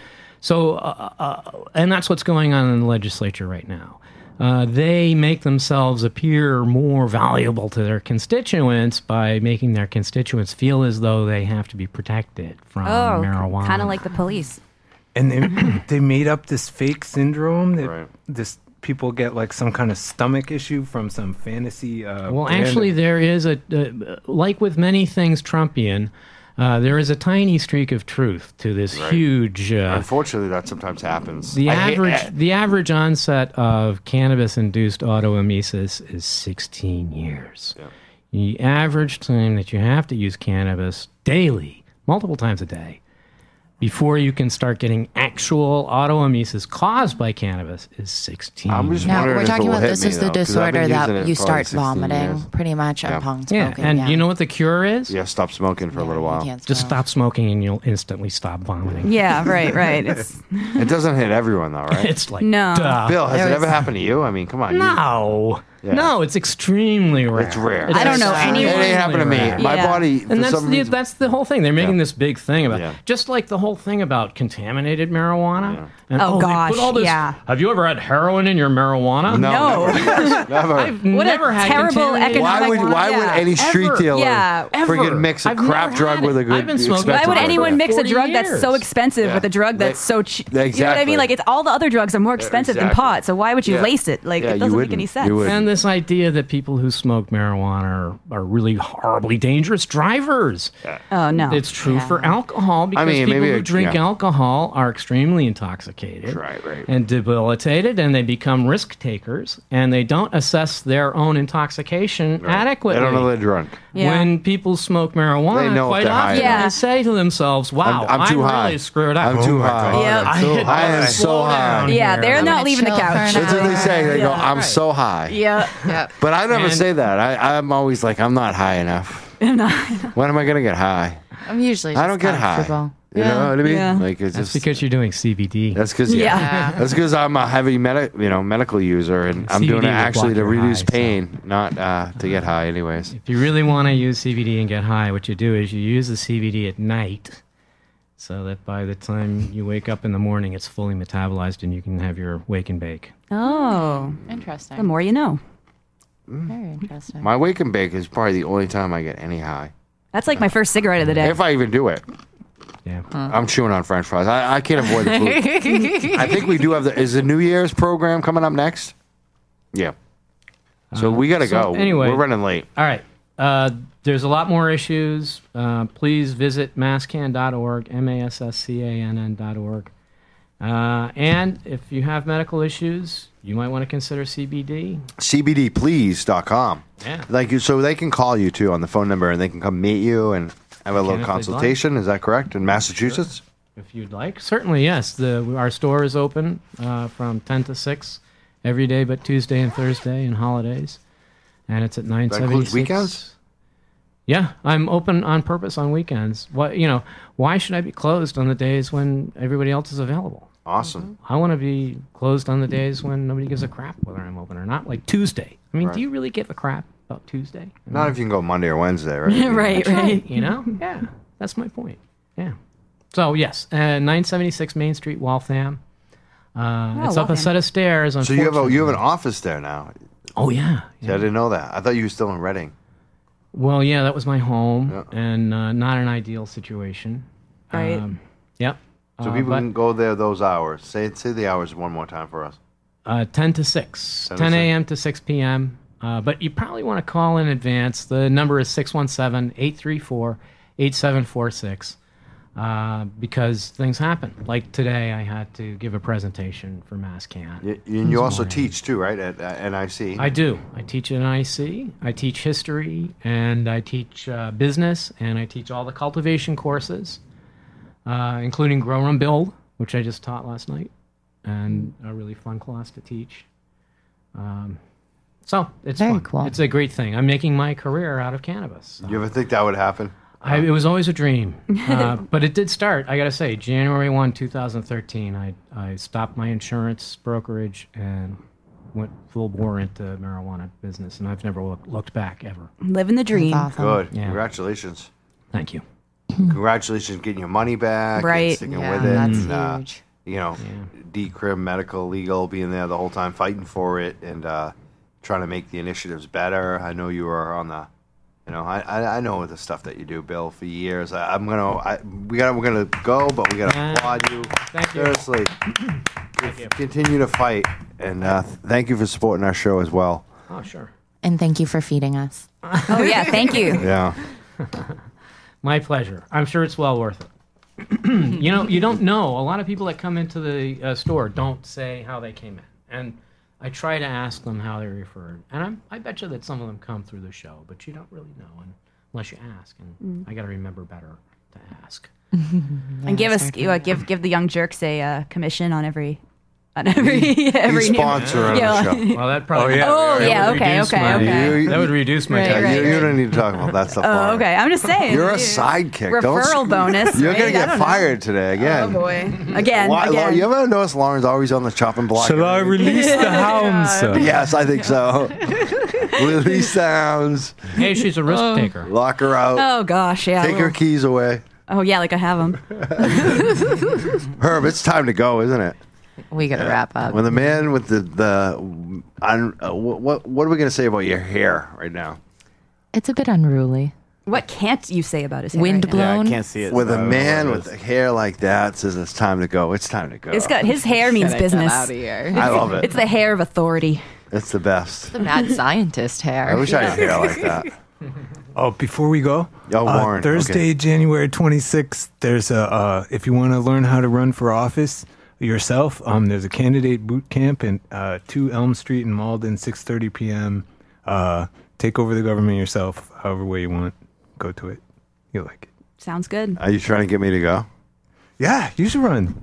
so, uh, uh, and that's what's going on in the legislature right now. Uh, they make themselves appear more valuable to their constituents by making their constituents feel as though they have to be protected from marijuana. kind of Oh, like the police. and they they made up this fake syndrome that Right. this people get like some kind of stomach issue from some fantasy. Uh, Well, brand actually, of- there is a uh, like with many things Trumpian. Uh, there is a tiny streak of truth to this huge uh, Unfortunately, that sometimes happens. The I hate- average eh, the average onset of cannabis induced autoemesis is 16 years. The average time that you have to use cannabis daily, multiple times a day, before you can start getting actual autoemesis caused by cannabis is 16. I'm just No, wondering we're if talking it'll about hit this me, is though, 'cause the I've been disorder using it that you for, like, start 16 vomiting years. pretty much upon yeah, smoking. and you know what the cure is? Yeah, stop smoking for a little while. Just stop smoking and you'll instantly stop vomiting. Yeah, right, right. It's It doesn't hit everyone though, right? It's like No. duh. Bill, has it There ever is- happened to you? I mean, come on. you- No. No, it's extremely rare. It's rare. It's I don't know extremely It anyone- ain't happened to me. rare. My Yeah. body, for and that's the some reason, that's the whole thing. They're making this big thing about Yeah. just like the whole thing about contaminated marijuana. And, Oh, they put gosh, all this- yeah. Have you ever had heroin in your marijuana? no, never, never. What a never had terrible contaminated- economic- Why would why Yeah. would any street Ever. dealer Yeah. freaking mix a I've crap never drug had with it. a good? I've been smoking- expensive why would drug? anyone Yeah. mix a 40 drug that's so years. expensive with a drug that's They- so cheap? You know what I Exactly. mean? Like it's all the other drugs are more expensive than exactly. pot. So why would you Yeah. lace it? Like Yeah, it you doesn't make wouldn't. any You sense. wouldn't. And this idea that people who smoke marijuana are, are really horribly dangerous drivers. Oh no. It's true for alcohol because mean, people maybe who it- drink yeah. alcohol are extremely intoxicated Right, right. and debilitated and they become risk takers and they don't assess their own intoxication They adequately. don't know they're drunk. Yeah. When people smoke marijuana, They know if quite they're high often enough. Yeah. they say to themselves, "Wow, I'm, I'm too high. really screwed up. I'm too high. Yeah. Oh I'm so high. I am so high. yeah, here. they're I'm not gonna leaving the chill for couch. an That's what they say. They go, Yeah. "I'm so high." Yeah. But I never And- say that. I, I'm always like, "I'm not high enough." when am I gonna get high? I'm usually just I don't get high. comfortable. You know what I mean? Yeah. Like it's That's just because you're doing CBD. That's because yeah. Yeah. That's because I'm a heavy medic, you know, medical user, and I'm CBD doing it will actually block to your reduce high, so- Uh-huh. pain, not uh, to get high, anyways. If you really want to use CBD and get high, what you do is you use the CBD at night, so that by the time you wake up in the morning, it's fully metabolized and you can have your wake and bake. Oh, Interesting. the more you know. Very interesting. My wake and bake is probably the only time I get any high, That's like my first cigarette of the day. if I even do it. Yeah. I'm chewing on French fries. I, I can't avoid the food. I think we do have the. Is the New Year's program coming up next? Yeah. So we gotta so go. anyway- we're running late. All right. Uh, there's a lot more issues. Uh, please visit masscan.org, M A S S C A N N.org. Uh, and if you have medical issues, you might want to consider CBD. CBDplease.com. Yeah. Like you, so they can call you too on the phone number, and they can come meet you and have a little if they'd like. consultation. Is that correct in Massachusetts? If you'd like, certainly yes. The our store is open uh, from ten to six every day, but Tuesday and Thursday and holidays, and it's at nine seventy. includes weekends? Yeah, I'm open on purpose on weekends. What you know? Why should I be closed on the days when everybody else is available? Awesome. I want to be closed on the days when nobody gives a crap whether I'm open or not. Like Tuesday. I mean, do you really give a crap about Tuesday? Not if you can go Monday or Wednesday, right? right, right. you know? Yeah, that's my point. Yeah. So yes, uh, 976 Main Street, Waltham. Uh, it's up Waltham. a set of stairs. So you have a you have an office there now. oh yeah. See, yeah. I didn't know that. I thought you were still in Reading. Well, yeah, that was my home, Yeah. and uh, not an ideal situation. Right. Um, Yep. So Uh, people but- can go there those hours. Say say the hours one more time for us. Uh, 10 to 6, 10, to six. a.m. to 6 p.m. Uh, but you probably want to call in advance. The number is 617 834 8746 uh, because things happen. Like today, I had to give a presentation for MassCan. Y- And you also teach too, right? At, at NIC. I do. I teach at IC. I teach history and I teach uh, business and I teach all the cultivation courses, uh, including Grow Run Build, which I just taught last night, and a really fun class to teach. Um, so it's Very fun. cool. It's a great thing. I'm making my career out of cannabis. so. You ever think that would happen? I, it was always a dream, uh, but it did start. I got to say, January one, two thousand thirteen, I I stopped my insurance brokerage and went full bore into marijuana business, and I've never look, looked back ever. Living the dream. Awesome. Good. Um, Yeah. Congratulations. Thank you. Congratulations on getting your money back. and Right. sticking Yeah, with it. that's and, uh, huge. you know, D crib, medical, legal, being there the whole time, fighting for it, and uh, trying to make the initiatives better. I know you are on the, you know, I, I, I know the stuff that you do, Bill, for years. I, I'm gonna, I, we got, to we're gonna go, but we gotta Yeah. applaud you. Thank you. Seriously, you. continue to fight, and uh, thank you for supporting our show as well. Oh sure, And thank you for feeding us. Oh yeah, thank you. Yeah, my pleasure. I'm sure it's well worth it. you know, you don't know. A lot of people that come into the uh, store don't say how they came in, and I try to ask them how they referred, and I'm, I bet you that some of them come through the show, but you don't really know un- unless you ask, and I got to remember better to ask. and give us uh, give give the young jerks a uh, commission on every on every every He's new- sponsoring Yeah. the show. Well, that probably. yeah. Oh, that yeah, would okay, reduce okay, my- okay. You- That would reduce my. Right, tax. right, you, you don't need to talk about that stuff. Oh, Lauren. okay. I'm just saying. You're a dude. sidekick. Don't Referral sc- bonus. You're right? gonna I get don't know. fired today again. Oh boy. Again. Why, Lau- again. you ever notice Lauren's always on the chopping block? Shall I release Oh the hounds? Yes, I think so. Release sounds. Hey, she's a risk taker. Lock her out. Oh gosh, yeah. Take her well- keys away. Oh yeah, like I have them. Herb, it's time to go, isn't it? We got to wrap up. When the man with the the I don't, uh, what what- what are we gonna say about your hair right now? It's a bit unruly. What can't you say about his hair Wind right now? Yeah, I blown. can't see it. With a I Oh, don't know man what it with is. hair like that says it's time to go. It's time to go. It's got his hair means business. out of here. I love it. It's the hair of authority. It's the best. the mad scientist hair. I wish I had hair like that. Oh, before we go, Oh, uh, Warren, Thursday, okay. January 26th, there's a, uh, if you want to learn how to run for office yourself, um, there's a candidate boot camp in uh, 2 Elm Street in Malden, 6.30 p.m. Uh, take over the government yourself, however way you want. Go to it. You'll like it. Sounds good. Are you trying to get me to go? Yeah, you should run.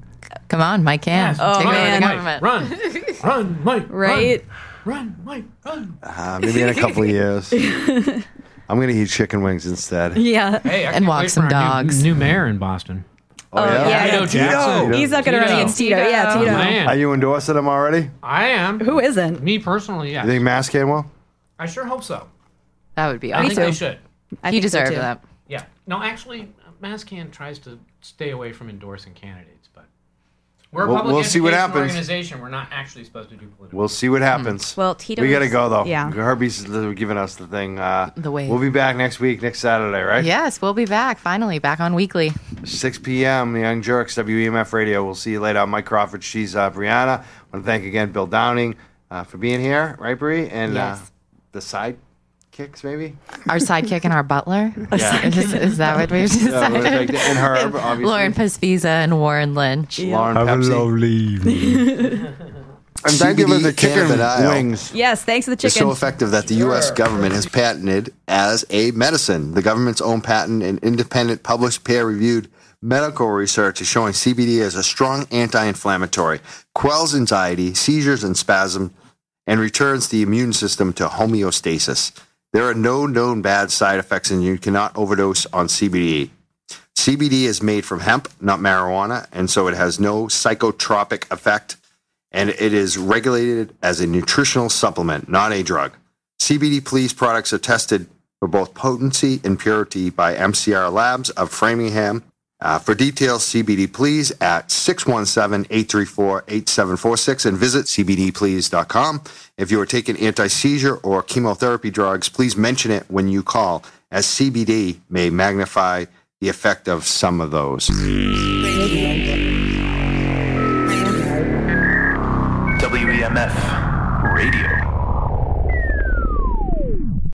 Come on, Mike can. Oh, Take over man. the Mike, government. run, run, Mike, Right? Run, run Mike, run. Uh, maybe in a couple of years. Oh, I'm gonna eat chicken wings instead. Yeah. Hey, I And can't walk wait some for our dogs. New, new mayor in Boston. Oh, yeah. Tito Jackson. He's not gonna run Tito. against Tito. Yeah, Tito. Tito. Are Man, you endorsing him already? I am. Who isn't? Me personally, yeah. You think Mass came well? I sure hope so. That would be I awesome. think they should. I He think so, deserved too. that. Yeah. No, actually, Mascan tries to stay away from endorsing candidates, but we're a We'll- public we'll see what education happens. organization. We're not actually supposed to do political. We'll see what happens. Well, Tito's- we gotta go though. yeah. Herbie's giving us the thing. Uh, The wave. We'll be back next week, next Saturday, right? Yes, we'll be back finally, back on weekly. 6 p.m. The Young Jerks, WEMF Radio. We'll see you later. I'm Mike Crawford. She's uh, Brianna. I want to thank again Bill Downing uh, for being here, right, Bree? And uh, Yes. the sidekicks, maybe. Our sidekick and our butler. Yeah. Is, is that what we've Yeah, we'll take decided? that. and Herb, obviously. Lauren Pizpiza and Warren Lynch. Lauren Have Pepsi. a lovely evening. And Thank you for the chicken cannabidiol wings. Yes, thanks to the Is chicken. so effective that the U.S. government has patented as a medicine. The government's own patent and independent, published, peer-reviewed medical research is showing CBD as a strong anti-inflammatory, quells anxiety, seizures, and spasm, and returns the immune system to homeostasis. There are no known bad side effects, and you cannot overdose on CBD. CBD is made from hemp, not marijuana, and so it has no psychotropic effect, and it is regulated as a nutritional supplement, not a drug. CBD Police products are tested for both potency and purity by MCR Labs of Framingham. Uh, for details, CBD Please at 617-834-8746 and visit cbdplease.com. If you are taking anti-seizure or chemotherapy drugs, please mention it when you call, as CBD may magnify the effect of some of those. WEMF Radio.